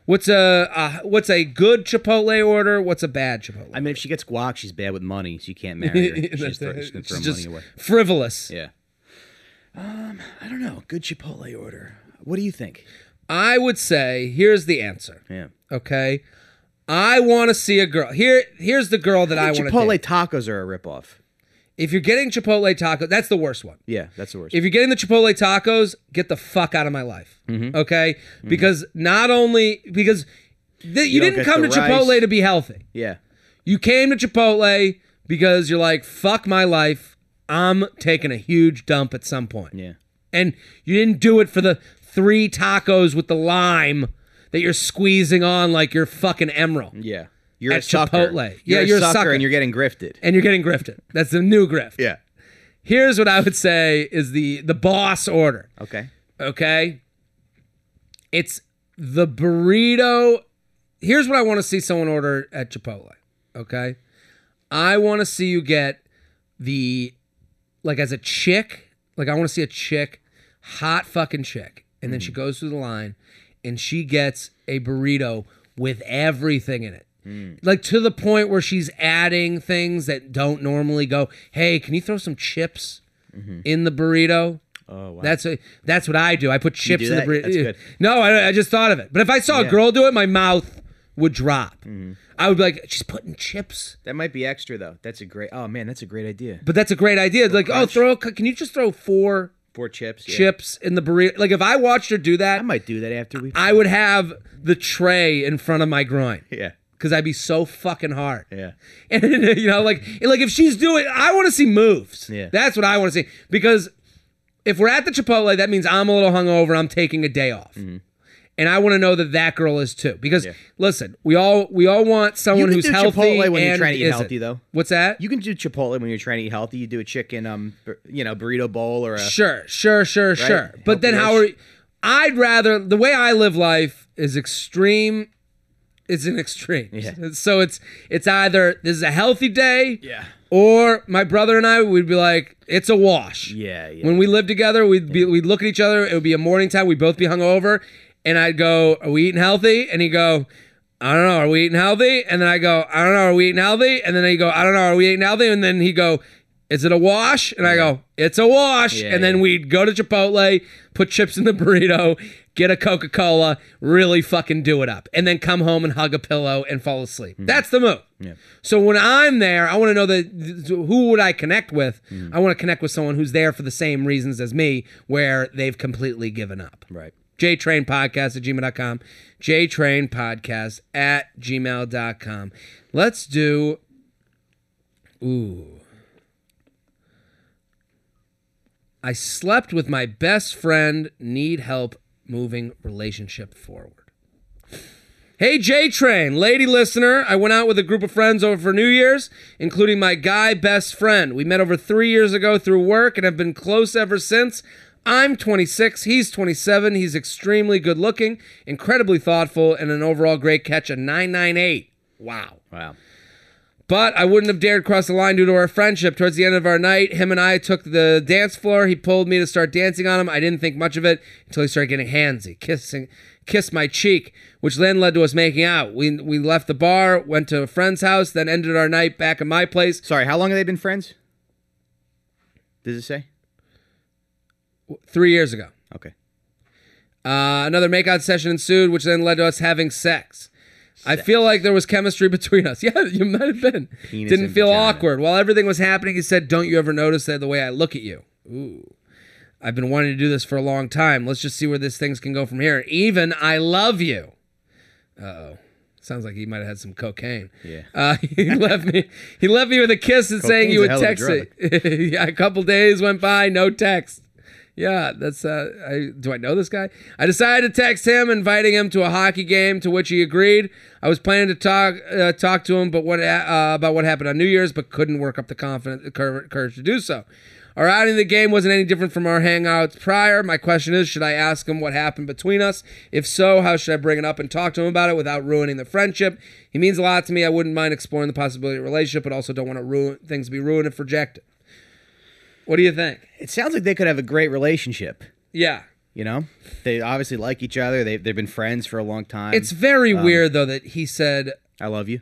what's a uh, what's a good Chipotle order? What's a bad Chipotle?
I mean, if she gets guac, she's bad with money, so you
<laughs>
can't marry her. She's
That's
just, throw,
it.
she's gonna
It's
throw
just
money away.
frivolous.
Yeah. Um, I don't know. Good Chipotle order. What do you think?
I would say here's the answer.
Yeah.
Okay, I want to see a girl. Here, here's the girl that I, want to
Chipotle
date.
tacos are a ripoff.
If you're getting Chipotle taco, that's the worst one.
Yeah, that's the worst.
If you're getting the Chipotle tacos, get the fuck out of my life.
Mm-hmm.
Okay? Because not only because th- you,
don't
didn't
get
come to
the
Chipotle
rice.
to be healthy.
yeah.
You came to Chipotle because you're like, fuck my life. I'm taking a huge dump at some point.
Yeah.
And you didn't do it for the three tacos with the lime that you're squeezing on like you're fucking emerald.
Yeah. You're
At
a sucker.
Chipotle. Yeah,
You're,
you're a
a, sucker
sucker.
and you're getting grifted.
And you're getting grifted. That's the new grift.
Yeah.
Here's what I would say is the the boss order.
Okay.
okay? It's the burrito. Here's what I want to see someone order at Chipotle, okay? I want to see you get the, like, as a chick, like, I want to see a chick, hot fucking chick. And
Mm.
then she goes through the line and she gets a burrito with everything in it.
Mm.
Like, to the point where she's adding things that don't normally go, hey, can you throw some chips in the burrito?
Mm-hmm. Oh wow.
That's a, that's what I do. I put chips
do
in the
that?
burrito.
That's good.
No, I, I just thought of it. But if I saw a girl do it, my mouth would drop.
Mm-hmm.
I would be like, she's putting chips.
that might be extra though. That's a great. Oh man, that's a great idea.
But that's a great idea. Like, oh, throw. a cou- Can you just throw four
Four chips. yeah.
chips in the burrito? Like, if I watched her do
I
that,
might do that after we.
I would have the tray in front of my groin
<laughs> yeah.
because I'd be so fucking hard.
Yeah.
<laughs> And you know, like like if she's doing, I want to see moves.
Yeah.
that's what I want to see because if we're at the Chipotle, that means I'm a little hungover. I'm taking a day off,
Mm-hmm.
and I want to know that that girl is too. Because listen, we all we all want someone
can
who's
do
healthy
Chipotle when you're
and
trying to eat
isn't.
healthy, though.
What's that?
You can do Chipotle when you're trying to eat healthy. You do a chicken, um, bur- you know, burrito bowl or a.
Sure, sure, sure, sure. But then how are
Healthy-ish.
you? I'd rather the way I live life is extreme. It's an extreme. <laughs> So it's it's either this is a healthy day.
Yeah.
Or my brother and I would be like, it's a wash.
Yeah, yeah.
When we lived together, we'd be we'd look at each other. It would be a morning time. We'd both be hungover, and I'd go, "Are we eating healthy?" And he'd go, "I don't know. Are we eating healthy?" And then I go, "I don't know. Are we eating healthy?" And then he go, "I don't know. Are we eating healthy?" And then he go, "Is it a wash?" And I go, "It's a wash."
Yeah,
and then
yeah.
we'd go to Chipotle, put chips in the burrito, get a Coca Cola, really fucking do it up, and then come home and hug a pillow and fall asleep. That's the move. So when I'm there, I want to know that who would I connect with? I want to connect with someone who's there for the same reasons as me, where they've completely given up.
Right.
JTrain Podcast at gmail.com. JTrain Podcast at gmail.com. Let's do. Ooh. I slept with my best friend, need help moving relationship forward. Hey J Train, lady listener, I went out with a group of friends over for New Year's, including my guy best friend. We met over three years ago through work and have been close ever since. I'm 26, he's 27, he's extremely good looking, incredibly thoughtful, and an overall great catch, a 998. Wow.
Wow.
But I wouldn't have dared cross the line due to our friendship. Towards the end of our night, him and I took the dance floor. He pulled me to start dancing on him. I didn't think much of it until he started getting handsy, kissing, kissed my cheek, which then led to us making out. We we left the bar, went to a friend's house, then ended our night back at my place.
Sorry, how long have they been friends? Does it say?
three years ago.
Okay.
Uh, another makeout session ensued, which then led to us having sex. I feel like there was chemistry <laughs> between us. Yeah, you might have been.
Penis
Didn't
and
feel
vagina.
awkward. While everything was happening, he said, Don't you ever notice that the way I look at you? Ooh. I've been wanting to do this for a long time. Let's just see where this things can go from here. Even I love you. Sounds like he might have had some cocaine.
Yeah.
Uh, <laughs> he left me. He left me with a kiss and saying you would
Cocaine's a
text
hell of a
it. <laughs> yeah, a couple days went by, no text. Yeah, that's. Uh, I, do I know this guy? I decided to text him, inviting him to a hockey game, to which he agreed. I was planning to talk uh, talk to him, but what uh, about what happened on New Year's, but couldn't work up the confidence, the cour- courage to do so. Our outing of the game wasn't any different from our hangouts prior. My question is, should I ask him what happened between us? If so, how should I bring it up and talk to him about it without ruining the friendship? He means a lot to me. I wouldn't mind exploring the possibility of a relationship, but also don't want to ruin things be ruined if rejected. What do you think?
It sounds like they could have a great relationship.
Yeah.
You know, they obviously like each other. They they've been friends for a long time.
It's very
um,
weird though that he said
I love you.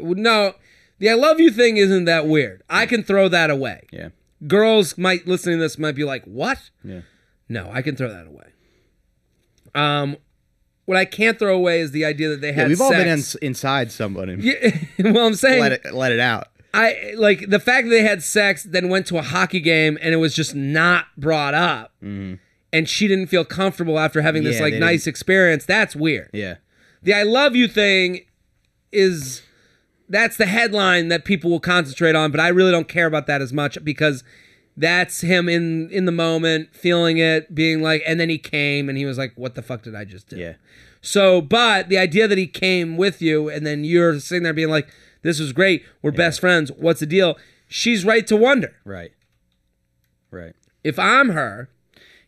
well, no, the I love you thing isn't that weird. I can throw that away.
Yeah.
Girls might listening to this might be like, "What?"
Yeah.
No, I can throw that away. Um, what I can't throw away is the idea that they had.
yeah we've all been
sex. <laughs>
ins inside someone and
Yeah, well, I'm saying
let it let it out.
I like the fact that they had sex, then went to a hockey game, and it was just not brought up. And she didn't feel comfortable after having this
Mm-hmm. Yeah,
like
they
nice experience. That's weird.
Yeah.
The I love you thing is that's the headline that people will concentrate on, but I really don't care about that as much because that's him in in the moment, feeling it, being like, and then he came and he was like, "What the fuck did I just do?"
Yeah.
So, but the idea that he came with you and then you're sitting there being like, this was great. We're best friends. What's the deal? She's right to wonder.
Right. Right.
If I'm her,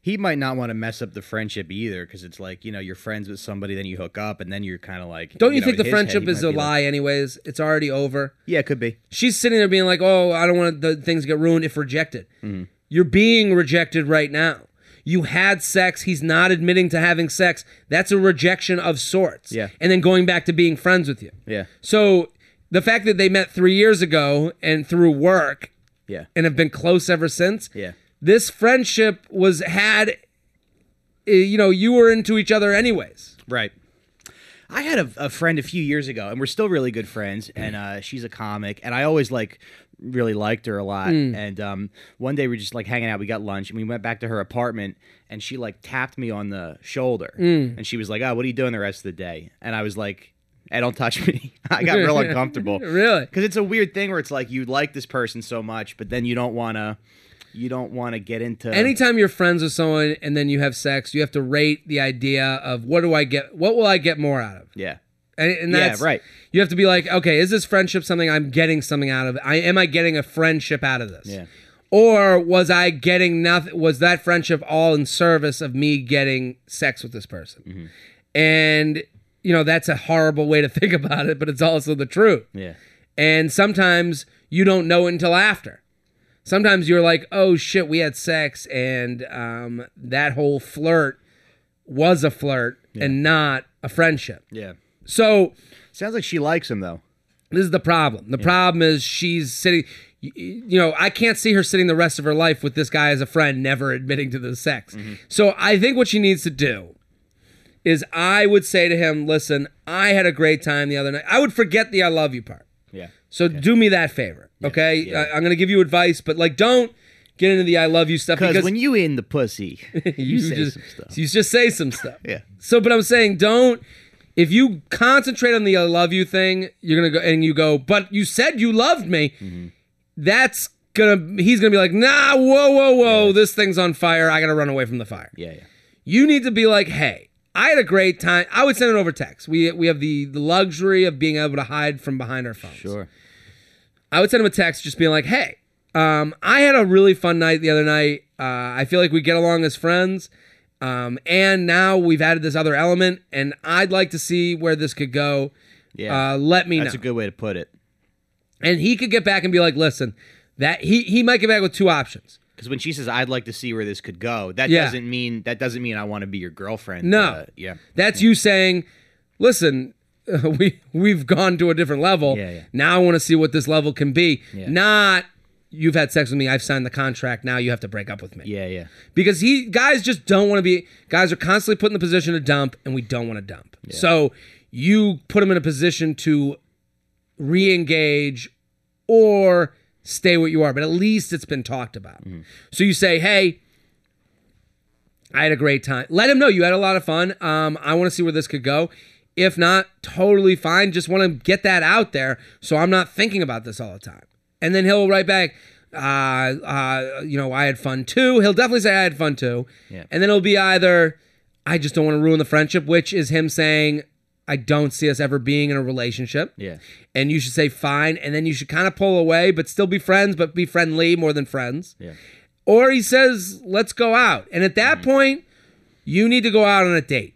He might not want to mess up the friendship either, because it's like you know you're friends with somebody, then you hook up, and then you're kind of like.
don't you,
know,
think
in
the
his head,
friendship
he
is
might
a
be like-
lie, anyways? It's already over.
yeah, it could be.
She's sitting there being like, oh, I don't want the things to get ruined if rejected.
Mm-hmm.
You're being rejected right now. You had sex. He's not admitting to having sex. That's a rejection of sorts.
Yeah.
And then going back to being friends with you.
Yeah.
So the fact that they met three years ago and through work
Yeah.
and have been close ever since.
Yeah.
This friendship was had, uh, you know, you were into each other anyways.
Right. I had a, a friend a few years ago, and we're still really good friends. And uh, she's a comic, and I always like really liked her a lot. And um, one day we were just like hanging out. We got lunch, and we went back to her apartment, and she like tapped me on the shoulder, and she was like, "Oh, what are you doing the rest of the day?" And I was like. Hey, don't touch me. <laughs> I got real <laughs> uncomfortable.
Really?
Because it's a weird thing where it's like you like this person so much, but then you don't wanna, you don't wanna get into
Anytime you're friends with someone and then you have sex, you have to rate the idea of what do I get? What will I get more out of?
Yeah,
And, and
Yeah,
that's
right.
You have to be like, okay, is this friendship something I'm getting something out of? I am I getting a friendship out of this?
Yeah.
Or was I getting nothing? Was that friendship all in service of me getting sex with this person?
Mm-hmm.
And you know that's a horrible way to <laughs> think about it, but it's also the truth.
yeah,
And sometimes you don't know until after. Sometimes you're like, oh shit, we had sex, and um, that whole flirt was a flirt and not a friendship.
yeah.
So
Sounds like she likes him though.
this is the problem. The problem is she's sitting. y- y- You know, I can't see her sitting the rest of her life with this guy as a friend, never admitting to the sex. So I think what she needs to do is I would say to him, "Listen, I had a great time the other night. I would forget the I love you part.
Yeah,
So do me that favor, okay? I, am gonna give you advice, but like, don't get into the I love you stuff
Because
because
when you in the <laughs> pussy, you say
just,
some stuff.
You just say some stuff.
<laughs> Yeah.
So, but I'm saying, don't. If you concentrate on the "I love you" thing, you're gonna go and you go. But you said you loved me.
Mm-hmm.
That's gonna. He's gonna be like, Nah, whoa, whoa, whoa. This thing's on fire. I gotta run away from the fire.
Yeah, yeah.
You need to be like, Hey, I had a great time. I would send it over text. We we have the, the luxury of being able to hide from behind our phones. I would send him a text just being like, hey, um, I had a really fun night the other night. Uh, I feel like we get along as friends. Um, and now we've added this other element, and I'd like to see where this could go.
Yeah.
Uh, let me
That's
know.
a good way to put it.
And he could get back and be like, listen, that he he might get back with two options.
Because when she says, "I'd like to see where this could go," that
Yeah.
doesn't mean that doesn't mean I want to be your girlfriend.
No.
Uh, yeah.
That's you saying, listen, <laughs> we we've gone to a different level.
Yeah, yeah.
Now I want to see what this level can be.
Yeah.
Not you've had sex with me, I've signed the contract, now you have to break up with me.
Yeah, yeah.
Because he guys just don't want to be guys are constantly put in the position to dump and we don't want to dump. So you put them in a position to re-engage or stay what you are, but at least it's been talked about.
Mm-hmm.
So you say, "Hey, I had a great time. Let him know you had a lot of fun. Um, I want to see where this could go. If not, totally fine. Just want to get that out there so I'm not thinking about this all the time. And then he'll write back, uh, uh, you know, I had fun too. He'll definitely say I had fun too.
Yeah.
And then it'll be either I just don't want to ruin the friendship, which is him saying I don't see us ever being in a relationship.
Yeah.
And you should say fine, and then you should kind of pull away, but still be friends, but be friendly more than friends
Yeah. Mm-hmm.
or he says, "Let's go out." And at that point, you need to go out on a date.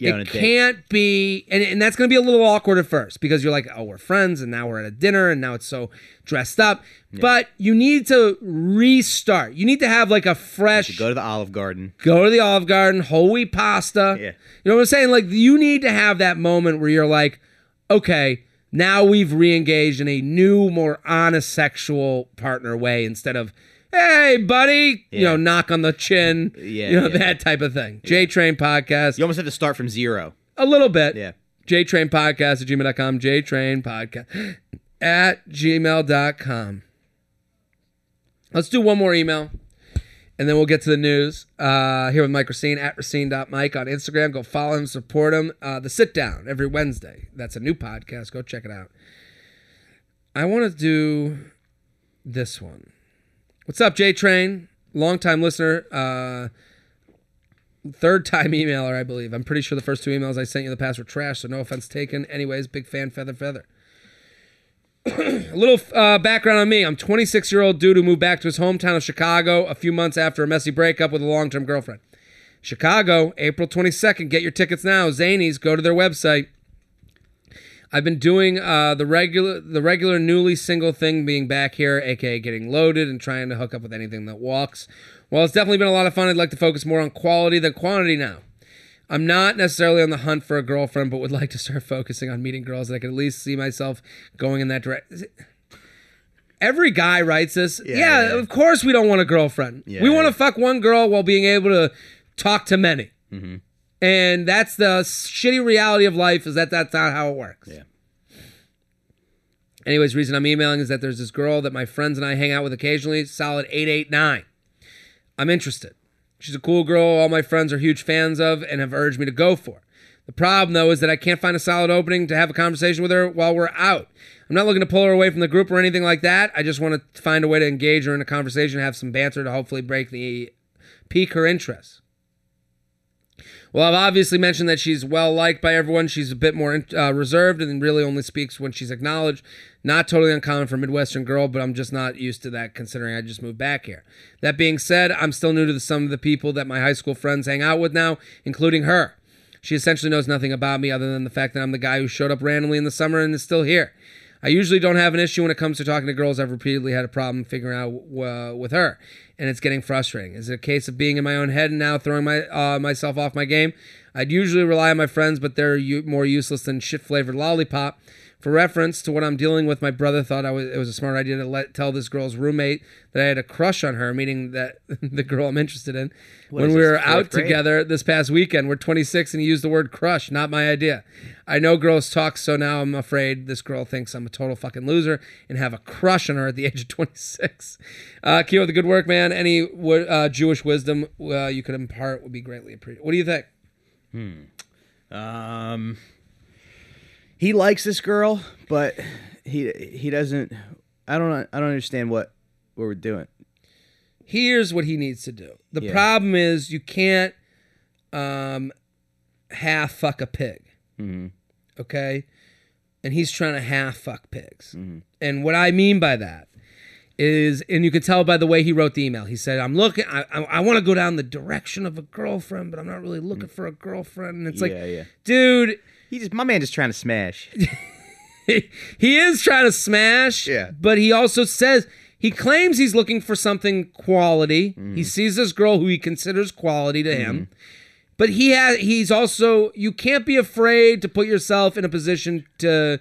Yeah,
it
on a date.
can't be, and, and that's going to be a little awkward at first because you're like, "Oh, we're friends, and now we're at a dinner, and now it's so dressed up." But you need to restart. You need to have like a fresh
Go to the Olive Garden.
go to the Olive Garden, whole wheat pasta.
Yeah.
You know what I'm saying? Like you need to have that moment where you're like, okay, now we've re-engaged in a new, more honest sexual partner way instead of, hey, buddy, you
Yeah.
know, knock on the chin.
Yeah,
You know,
yeah.
that type of thing. J Train Podcast.
You almost have to start from zero.
A little bit.
Yeah.
J Train Podcast at gmail.com. J Train Podcast at gmail.com. Let's do one more email and then we'll get to the news. Uh, here with Mike Racine at Racine.Mike on Instagram. Go follow him, support him. Uh, the Sit Down every Wednesday. That's a new podcast. Go check it out. I want to do this one. What's up, J Train? Longtime listener. Uh, third time emailer, I believe. I'm pretty sure the first two emails I sent you in the past were trash, so no offense taken. Anyways, big fan, feather, feather. <clears throat> a little uh, background on me. I'm 26 year old dude who moved back to his hometown of Chicago a few months after a messy breakup with a long term girlfriend. Chicago, April 22nd. Get your tickets now. Zanies, go to their website. I've been doing uh, the regular the regular newly single thing, being back here, aka getting loaded and trying to hook up with anything that walks. While it's definitely been a lot of fun, I'd like to focus more on quality than quantity now. I'm not necessarily on the hunt for a girlfriend, but would like to start <laughs> focusing on meeting girls that I could at least see myself going in that direction. Every guy writes this. Yeah,
yeah, yeah.
of course we don't want a girlfriend.
Yeah,
we want to
yeah.
fuck one girl while being able to talk to many.
Mm-hmm.
And that's the shitty reality of life is that that's not how it works.
Yeah.
Anyways, reason I'm emailing is that there's this girl that my friends and I hang out with occasionally, solid 889. I'm interested. She's a cool girl, all my friends are huge fans of and have urged me to go for. The problem though is that I can't find a solid opening to have a conversation with her while we're out. I'm not looking to pull her away from the group or anything like that. I just want to find a way to engage her in a conversation, have some banter to hopefully break the pique her interest. Well, I've obviously mentioned that she's well liked by everyone. She's a bit more uh, reserved and really only speaks when she's acknowledged. Not totally uncommon for a Midwestern girl, but I'm just not used to that considering I just moved back here. That being said, I'm still new to the, some of the people that my high school friends hang out with now, including her. She essentially knows nothing about me other than the fact that I'm the guy who showed up randomly in the summer and is still here. I usually don't have an issue when it comes to talking to girls. I've repeatedly had a problem figuring out uh, with her, and it's getting frustrating. Is it a case of being in my own head and now throwing my uh, myself off my game? I'd usually rely on my friends, but they're u- more useless than shit flavored lollipop. For reference to what I'm dealing with, my brother thought I was, it was a smart idea to let tell this girl's roommate that I had a crush on her, meaning that <laughs> the girl I'm interested in. when
is
we
this,
were out
fourth grade?
together together this past weekend. We're 26 and he used the word crush, not my idea. I know girls talk, so now I'm afraid this girl thinks I'm a total fucking loser and have a crush on her at the age of 26. Uh, Keo, the good work, man. Any wo- uh, Jewish wisdom uh, you could impart would be greatly appreciated. What do you think?
Um, he likes this girl, but he he doesn't. I don't I don't understand what what we're doing.
here's what he needs to do. The
Yeah.
problem is you can't um half fuck a pig.
Mm-hmm.
Okay? And he's trying to half fuck pigs.
Mm-hmm.
And what I mean by that is and you can tell by the way he wrote the email. He said, "I'm looking I I, I want to go down the direction of a girlfriend, but I'm not really looking for a girlfriend." And it's
Mm. Yeah,
like,
yeah.
"Dude,
<laughs> He just my man just trying to smash.
<laughs> he is trying to smash,
Yeah.
but he also says he claims he's looking for something quality. He sees this girl who he considers quality to him. But he has he's also you can't be afraid to put yourself in a position to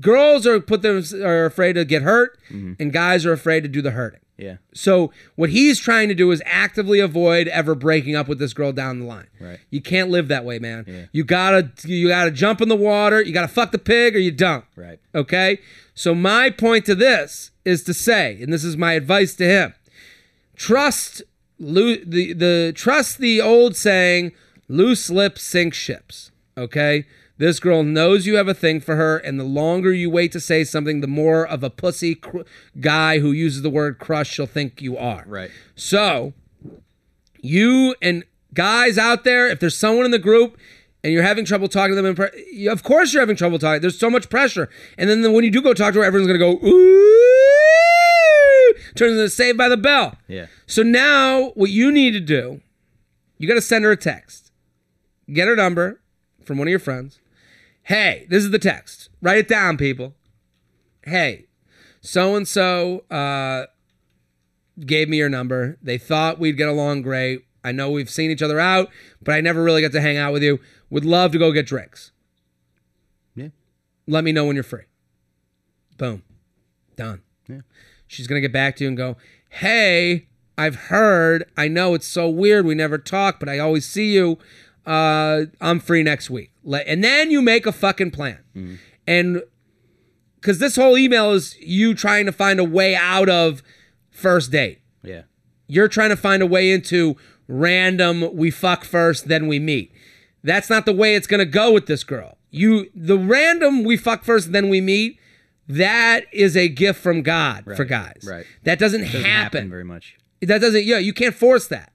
girls are put them are afraid to get hurt and guys are afraid to do the hurting.
Yeah.
So what he's trying to do is actively avoid ever breaking up with this girl down the line.
Right.
You can't live that way, man. You gotta you gotta jump in the water. You gotta fuck the pig or you don't.
Right.
Okay. So my point to this is to say, and this is my advice to him: trust loo- the the trust the old saying, "Loose lips sink ships." Okay. This girl knows you have a thing for her, and the longer you wait to say something, the more of a pussy cr- guy who uses the word crush she'll think you are.
Right.
So, you and guys out there, if there's someone in the group and you're having trouble talking to them, in pre- you- of course you're having trouble talking. There's so much pressure, and then when you do go talk to her, everyone's gonna go ooh, turns into Saved by the Bell.
Yeah.
So now what you need to do, you got to send her a text, get her number from one of your friends. Hey, this is the text. Write it down, people. Hey, uh, so and so gave me your number. They thought we'd get along great. I know we've seen each other out, but I never really got to hang out with you. Would love to go get drinks.
Yeah.
Let me know when you're free. Boom. Done. Yeah. She's going to get back to you and go, Hey, I've heard. I know it's so weird. We never talk, but I always see you. Uh, I'm free next week. Let, and then you make a fucking plan. And because this whole email is you trying to find a way out of first date.
Yeah.
You're trying to find a way into random we fuck first then we meet. That's not the way it's going to go with this girl. You the random we fuck first then we meet that is a gift from God for guys.
right.
That doesn't,
Doesn't
happen.
happen very much.
that doesn't yeah, you can't force that.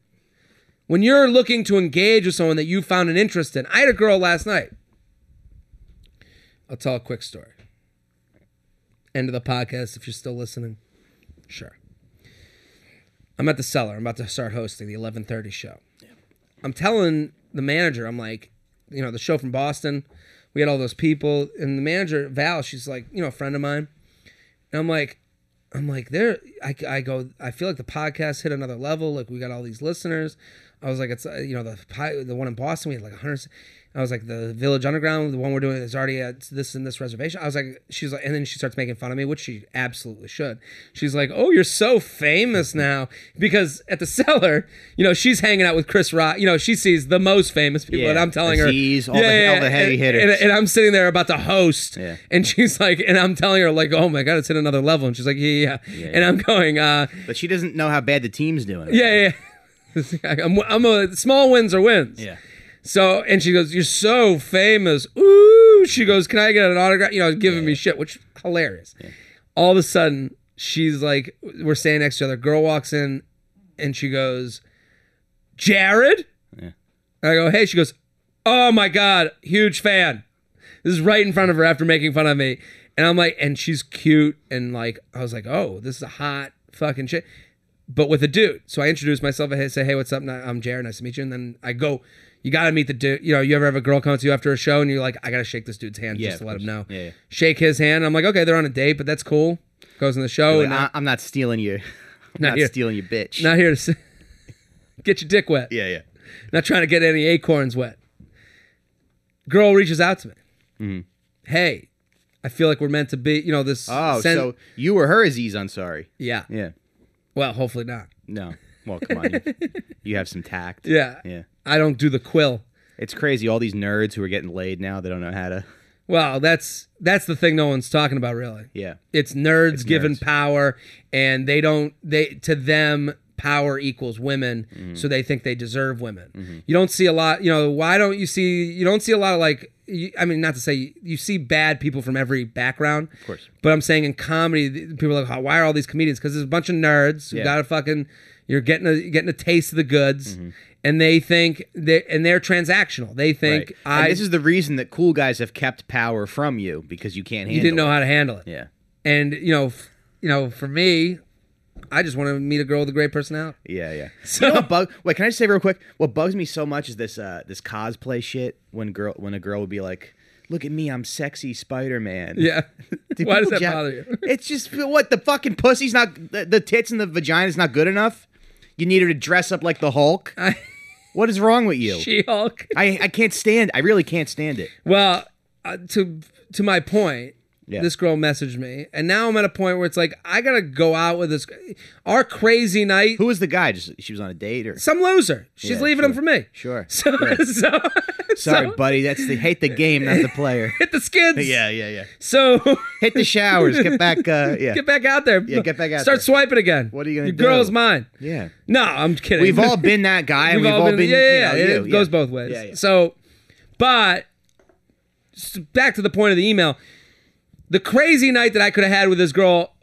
When you're looking to engage with someone that you found an interest in. I had a girl last night. I'll tell a quick story. End of the podcast if you're still listening. Sure. I'm at the cellar. I'm about to start hosting the 11:30 show. I'm telling the manager, I'm like, you know, the show from Boston. We had all those people, and the manager Val, she's like, you know, a friend of mine, and I'm like, I'm like, there. I, I go. I feel like the podcast hit another level. Like we got all these listeners. I was like, it's uh, you know the pi- the one in Boston we had like 100. I was like the Village Underground, the one we're doing is already at this and this reservation. I was like, she's like, and then she starts making fun of me, which she absolutely should. She's like, oh, you're so
Mm-hmm.
famous now because at the cellar, you know, she's hanging out with Chris Rock. You know, she sees the most famous people,
Yeah,
and I'm telling her,
Aziz, all the- all the heavy
and-
hitters.
and- and I'm sitting there about to host,
Yeah.
and she's like, and I'm telling her like, oh my god, it's at another level, and she's like, yeah, yeah, yeah. and I'm going, uh,
But she doesn't know how bad the team's doing.
yeah, yeah, yeah. <laughs> I'm, I'm a small wins are wins.
Yeah.
So and she goes, "You're so famous." Ooh, she goes, "Can I get an autograph?" You know, giving me shit, which hilarious. All of a sudden, she's like, "We're standing next to each other." Girl walks in, and she goes, "Jared." And I go, "Hey." She goes, "Oh my god, huge fan." This is right in front of her after making fun of me, and I'm like, and she's cute, and like I was like, "Oh, this is a hot fucking shit." but with a dude. So I introduce myself. I say, "Hey, what's up? I'm Jared. Nice to meet you." And then I go, "You got to meet the dude." You know, you ever have a girl come up to you after a show and you're like, "I got to shake this dude's hand
Yeah,
just to
of
let him know."
course. Yeah, yeah.
Shake his hand. I'm like, "Okay, they're on a date, but that's cool." Goes in the show.
But
and
I, I'm Oh, not stealing you. <laughs> I'm
Not
not,
here.
stealing you, bitch.
not here to s- <laughs> get your dick wet.
yeah, yeah.
Not trying to get any acorns wet. Girl reaches out to me. Hey, I feel like we're meant to be. You know this.
Mm-hmm. Oh,
sen-
so you were her Aziz Ansari.
yeah.
Yeah.
Well, hopefully not.
No. Well, come on. You, you have some tact.
Yeah.
Yeah.
I don't do the quill.
It's crazy. All these nerds who are getting laid now, they don't know how to.
Well, that's that's the thing no one's talking about really.
Yeah.
It's nerds given
nerds.
power and they don't they to them power equals women
Mm-hmm.
so they think they deserve women. You don't see a lot, you know, why don't you see you don't see a lot of like you, I mean not to say you, see bad people from every background. Of
course.
But I'm saying in comedy th- people are like "Oh, why are all these comedians cuz there's a bunch of nerds who
Yeah.
got to fucking you're getting a getting a taste of the goods.
Mm-hmm.
And they think they and they're transactional. They think
Right.
I
and this is the reason that cool guys have kept power from you because you can't handle.
you didn't know
it.
how to handle it.
Yeah.
and you know, f- you know, for me, I just want to meet a girl with a great personality.
Yeah, yeah.
So-
So you know what bug wait, can I just say real quick? What bugs me so much is this uh this cosplay shit when girl when a girl would be like, look at me, I'm sexy Spider Man.
<laughs> Yeah. Why does that bother you? <laughs>
It's just what the fucking pussy's not the, the tits and the vagina's not good enough. You need her to dress up like
<laughs>
the Hulk. what is wrong with you?
She Hulk.
I I can't stand. I really can't stand it.
Well, uh, to to my point,
Yeah.
this girl messaged me, and now I'm at a point where it's like I gotta go out with this. Our crazy night.
Who was the guy? Just she was on a date or
Some loser. She's
Yeah,
leaving him
sure.
for me.
Sure.
<laughs> So,
Right.
so
Sorry,
so-
buddy. That's the hate the game, not the
<laughs>
player.
hit the skids.
yeah, yeah, yeah.
So <laughs>
Hit the showers. Get back. Uh, yeah.
get back out there.
Yeah, get back out
Start
there.
swiping again.
What are you gonna
Your
do?
girl's mine.
yeah.
No, I'm kidding. <laughs>
We've all been that guy. and We've, all been.
yeah, yeah,
you
yeah,
know,
it
you,
goes
yeah.
both ways.
Yeah, yeah.
So, but s- back to the point of the email, the crazy night that I could have had with this girl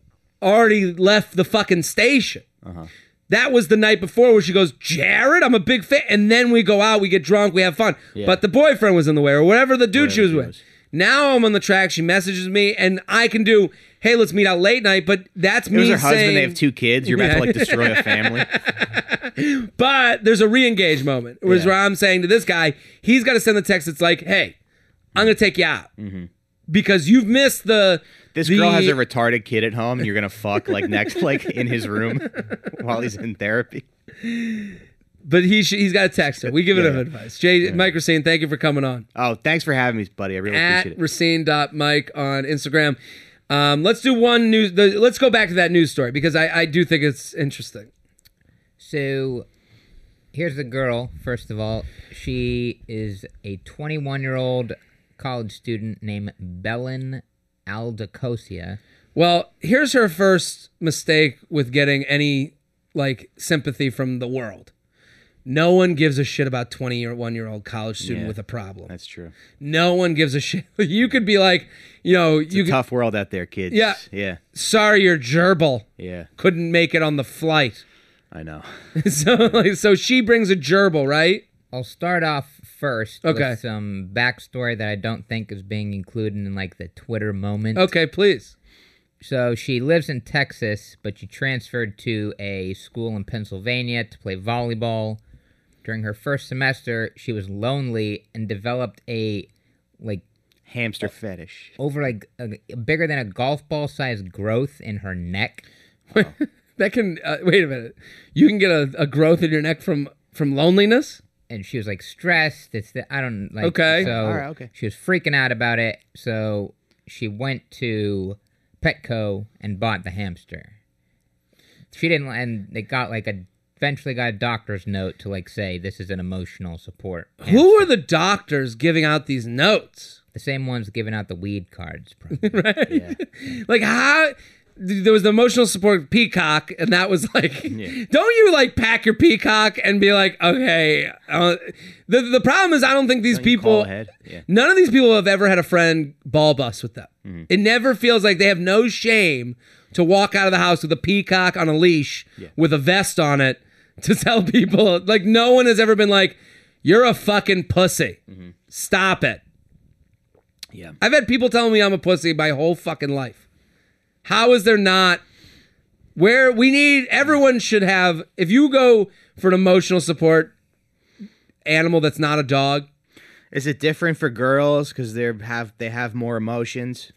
already left the fucking station.
Uh-huh.
That was the night before where she goes, Jared, I'm a big fan. And then we go out, we get drunk, we have fun. But the boyfriend was in the way or whatever the dude she was with. Now I'm on the track. She messages me, and I can do, hey, let's meet out late night. But that's
It
me
was her husband. They
saying-
have two kids. You're
<laughs>
about to like destroy a family.
but there's a re-engage moment, which is
Yeah.
where I'm saying to this guy, he's got to send the text that's like, "Hey, I'm gonna take you out because you've missed the."
Mm-hmm. This
the-
girl has a retarded kid at home, and you're gonna fuck like next, like in his room <laughs> while he's in therapy.
but he sh- he's got to text her. We give
Yeah,
him
yeah.
advice. Jay, Mike Racine, thank you for coming on
Oh, thanks for having me, buddy. I really
at
appreciate it.
Racine.Mike on Instagram. Um, let's do one news. The, let's go back to that news story because I, I do think it's interesting.
So here's the girl, first of all. She is a 21 year old college student named Belen Aldacosia.
Well, here's her first mistake with getting any like sympathy from the world. No one gives a shit about 21 year old college student
Yeah.
with a problem.
That's true.
No one gives a shit. <laughs> You could be like, you know, you could,
Tough world out there, kids.
Yeah.
yeah,
sorry your gerbil
yeah.
couldn't make it on the flight. <laughs>
I know.
so like so she brings a gerbil, right?
I'll start off first
Okay.
with some backstory that I don't think is being included in like the Twitter moment.
Okay, please.
So she lives in Texas, but she transferred to a school in Pennsylvania to play volleyball. During her first semester, she was lonely and developed a like
Oh.
Hamster fetish.
over like a, bigger than a golf ball sized growth in her neck.
That can uh, wait a minute. You can get a, a growth in your neck from from loneliness?
and she was like stressed. It's the I don't like.
Okay.
So
All right, okay.
She was freaking out about it. So she went to Petco and bought the hamster. She didn't, and they got like a eventually got a doctor's note to like say this is an emotional support.
Who are the doctors giving out these notes?
The same ones giving out the weed cards. Probably. <laughs>
Like how there was the emotional support peacock and that was like <laughs> don't you like pack your peacock and be like okay uh, the the problem is I don't think these people
Call ahead. Yeah.
None of these people have ever had a friend ball bust with them.
Mm-hmm.
It never feels like they have no shame to walk out of the house with a peacock on a leash with a vest on it to tell <laughs> people. Like, no one has ever been like, you're a fucking pussy.
Mm-hmm.
Stop it.
Yeah.
I've had people telling me I'm a pussy my whole fucking life. How is there not? Where we need everyone should have, if you go for an emotional support animal that's not a dog,
Is it different for girls because they have they have more emotions?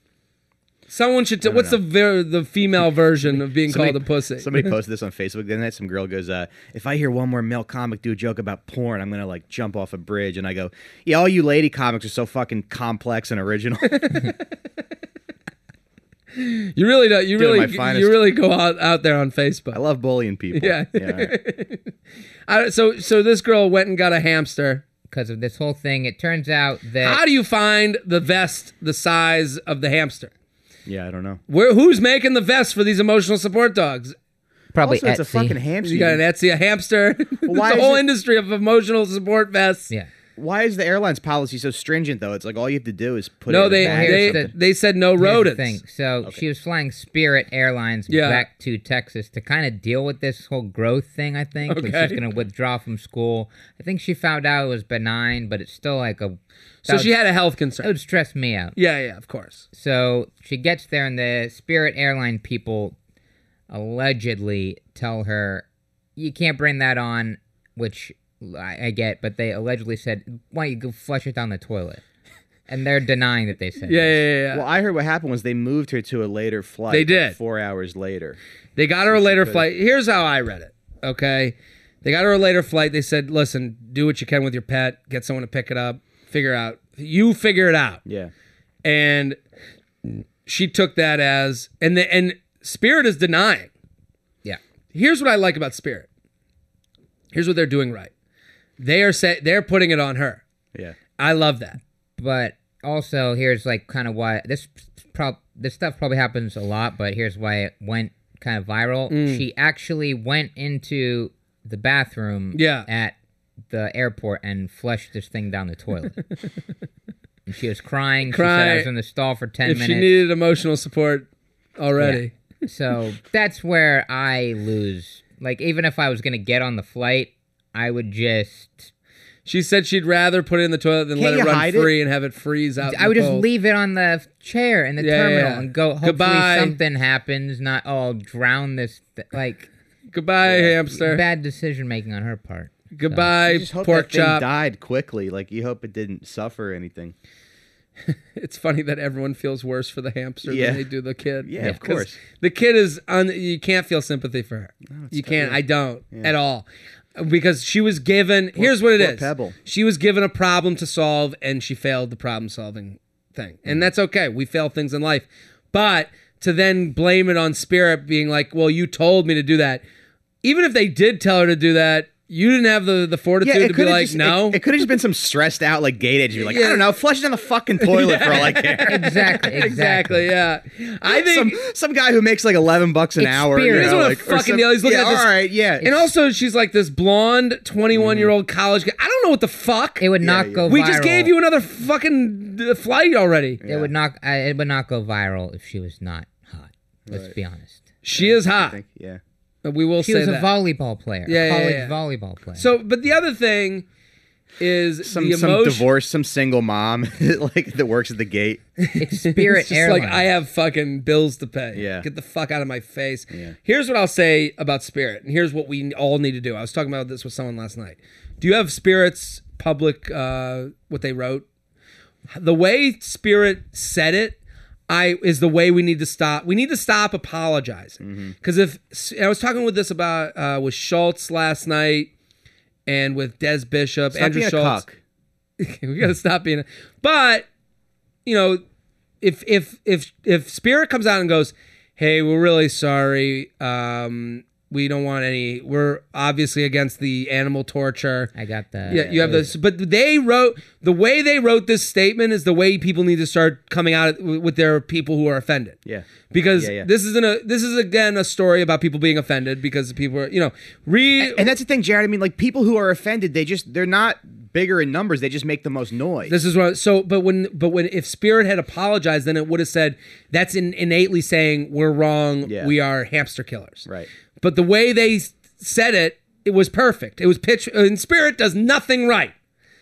Someone should. T- what's the ver- the female version of being called a pussy? <laughs>
Somebody posted this on Facebook the other night. Some girl goes, uh, "If I hear one more male comic do a joke about porn, I'm gonna like jump off a bridge." And I go, "Yeah, all you lady comics are so fucking complex and original." <laughs>
you really don't. You
Doing
really.
my finest.
You really go out, out there on Facebook.
I love bullying people.
Yeah.
all right.
I- so so this girl went and got a hamster.
Because of this whole thing, it turns out that
How do you find the vest the size of the hamster?
yeah. I don't know.
Where who's making the vest for these emotional support dogs?
probably
Also, it's a
Etsy-
fucking hamster.
You got an Etsy, a hamster. <laughs>
why
it's a
is
whole
it-
industry of emotional support vests.
Yeah.
Why is the airline's policy so stringent though? It's like all you have to do is put. it
No,
in a
they
bag or
they,
something.
they said no
Here's the
rodents.
thing. So she was flying Spirit Airlines
Yeah.
back to Texas to kind of deal with this whole growth thing. I think like
Okay.
she's going to withdraw from school. I think she found out it was benign, but it's still like a.
So she had a health
It
concern.
would stress me out.
Yeah, yeah, of course.
So she gets there, and the Spirit Airline people allegedly tell her, "You can't bring that on," which I, I get, but they allegedly said, "Why don't you go flush it down the toilet?" and they're denying that they said.
Yeah,
this.
yeah, yeah. yeah.
Well, I heard what happened was they moved her to a later flight.
They
like,
did.
four hours later.
They got her a later flight. Here's how I read it. Okay. They got her a later flight. They said, listen, do what you can with your pet, get someone to pick it up, figure out. You figure it out.
Yeah.
And she took that as and the and Spirit is denying.
yeah.
Here's what I like about Spirit. Here's what they're doing right. They are say, they're putting it on her.
Yeah.
I love that.
But also, here's like kind of why this prob this stuff probably happens a lot. But here's why it went kind of viral.
Mm.
She actually went into the bathroom.
Yeah.
At the airport and flushed this thing down
<laughs>
the toilet. and she was crying. She said I
Crying.
was in the stall for ten
If
minutes.
she needed emotional support already.
So that's where I lose. Like, even if I was going to get on the flight, I would just.
She said she'd rather put it in the toilet than
Can't
let it
you
run
hide it?
free and have it freeze out. in
I would
the
just
cold.
leave it on the chair in the
Yeah,
terminal
yeah.
and go. Hopefully
Goodbye.
something happens. Not oh, I'll drown this. Th- like
Goodbye, hamster.
bad decision making on her part.
Goodbye,
You just hope
pork
that thing
chop.
died quickly. Like you hope it didn't suffer anything.
It's funny that everyone feels worse for the hamster
Yeah.
than they do the kid.
Yeah, of
'Cause
course.
The kid is on. You can't feel sympathy for her. you can't. I don't at all, because she was given. here's what it is.
poor Pebble.
She was given a problem to solve, and she failed the problem solving thing,
Mm.
and that's okay. We fail things in life, but to then blame it on spirit, being like, "Well, you told me to do that," even if they did tell her to do that. You didn't have the, the fortitude to be
could've
like,
just,
no.
It, could have just been some stressed out like gate edge. You're like, I don't know, flush it down the fucking toilet
<laughs>
for all I care.
Exactly. Exactly.
exactly, yeah. I think
Some some guy who makes like eleven bucks an
It's
hour.
spirit.
You
Here's
know,
what a
like, or
fucking
some-
deal. He's looking
yeah,
at this-
all right, yeah.
And also, she's like this blonde 21 year old college. Kid. I don't know what the fuck.
It would not
yeah.
go.
we just
viral.
gave you another fucking uh, flight already.
It would not. I it would not go viral if she was not hot. Let's be honest.
She is hot.
yeah.
We will
She
say
was a
that.
volleyball player.
Yeah,
Yeah,
yeah,
college
yeah.
volleyball player.
so, <laughs> but the other thing is
Some
the
some
emotion.
divorce, some single mom <laughs> like that works at the gate.
it's Spirit
It's just
Airlines.
like I have fucking bills to pay.
Yeah.
Get the fuck out of my face. Here's what I'll say about Spirit, and here's what we all need to do. I was talking about this with someone last night. Do you have Spirit's public uh what they wrote? The way Spirit said it, I is the way we need to stop. We need to stop
Mm-hmm.
apologizing. Because if I was talking with this about uh with Schultz last night and with Des Bishop,
Stop
Andrew
being a
Schultz.
cuck.
we gotta stop being a- but you know if if if if spirit comes out and goes hey we're really sorry um we don't want any we're obviously against the animal torture
I got the.
yeah, you have this, but they wrote the way they wrote this statement is the way people need to start coming out with their people who are offended.
Yeah.
because
Yeah, yeah.
this isn't a this is again a story about people being offended because people are you know re
And that's the thing, Jared. I mean, like people who are offended, they just they're not bigger in numbers. They just make the most noise.
This is what. So, but when, but when, if Spirit had apologized, then it would have said that's in, innately saying we're wrong.
Yeah.
We are hamster killers.
Right.
But the way they s- said it, it was perfect. It was pitch. And Spirit does nothing right.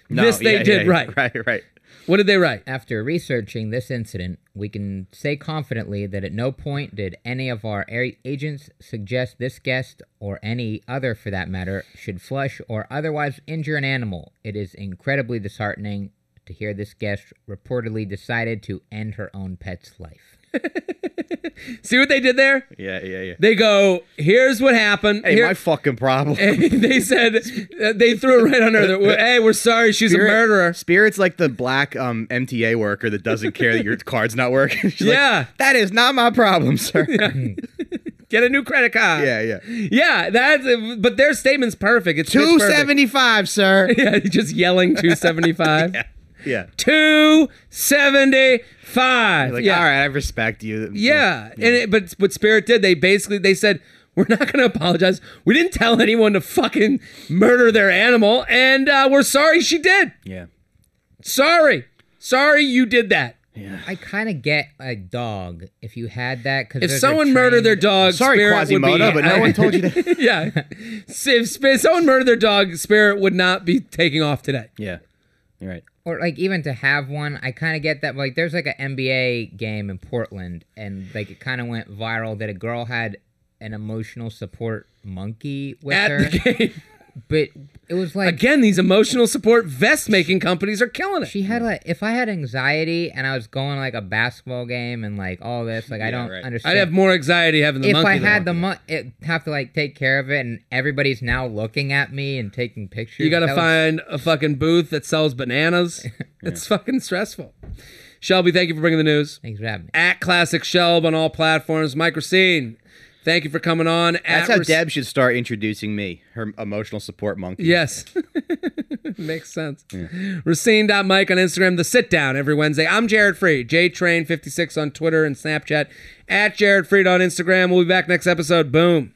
No,
this they
yeah,
did
yeah,
right.
<laughs> Right, right.
What did they write?
After researching this incident, we can say confidently that at no point did any of our a- agents suggest this guest, or any other for that matter, should flush or otherwise injure an animal. It is incredibly disheartening to hear this guest reportedly decided to end her own pet's life.
See what they did there?
Yeah, yeah, yeah.
They go, here's what happened.
Hey,
Here- <laughs>
my fucking problem.
they said uh, they threw it right on her. They're, Hey, we're sorry. She's a murderer.
<laughs> Spirit's like the black um, MTA worker that doesn't
<laughs>
care that your card's not working. <laughs> She's like,
Yeah.
that is not my
<laughs>
problem, sir. Yeah,
Get a new credit card.
<laughs> yeah.
yeah. That's. But their statement's perfect. It's pitch
Two
perfect.
seventy five, sir.
<laughs> Yeah, just
<laughs>
yelling two seventy five.
yeah.
275.
Like,
yeah.
all right, I respect you.
Yeah. And it, but what Spirit did, they basically they said, "We're not going to apologize. We didn't tell anyone to fucking murder their animal, and uh, we're sorry she did.
Yeah.
Sorry, sorry you did that.
I kind of get a dog if you had that. Cause
If
those are
someone murdered their
trained-
dog,
Sorry,
Spirit
Quasimodo,
would be.
but no one
<laughs>
told you that.
yeah. So If Sp- someone murdered their dog, Spirit would not be taking off today.
yeah. You're right.
or like even to have one, I kind of get that. Like, there's like an NBA game in Portland, and like it kind of went viral that a girl had an emotional support monkey with
At
her.
the game.
but it was like
Again, these emotional support vest making companies are killing it.
she had like if I had anxiety and I was going like a basketball game and like all this, like I don't understand.
I'd have more anxiety having the
if
monkey.
I
than
had the
monkey.
mo- it, have to like take care of it, and everybody's now looking at me and taking pictures.
you gotta
That was-
find a fucking booth that sells
<laughs>
bananas. It's fucking stressful. Shelby, thank you for bringing the news.
Thanks for having me.
At Classic Shelb on all platforms. Mike Racine, thank you for coming on. At
That's how
Rac-
Deb should start introducing me, her emotional support monkey.
<laughs> Yes. <laughs> Makes sense. Racine.mike on Instagram, The Sit Down every Wednesday. I'm Jared Freed, JTrain56 on Twitter and Snapchat, at Jared Freed on Instagram. We'll be back next episode. Boom.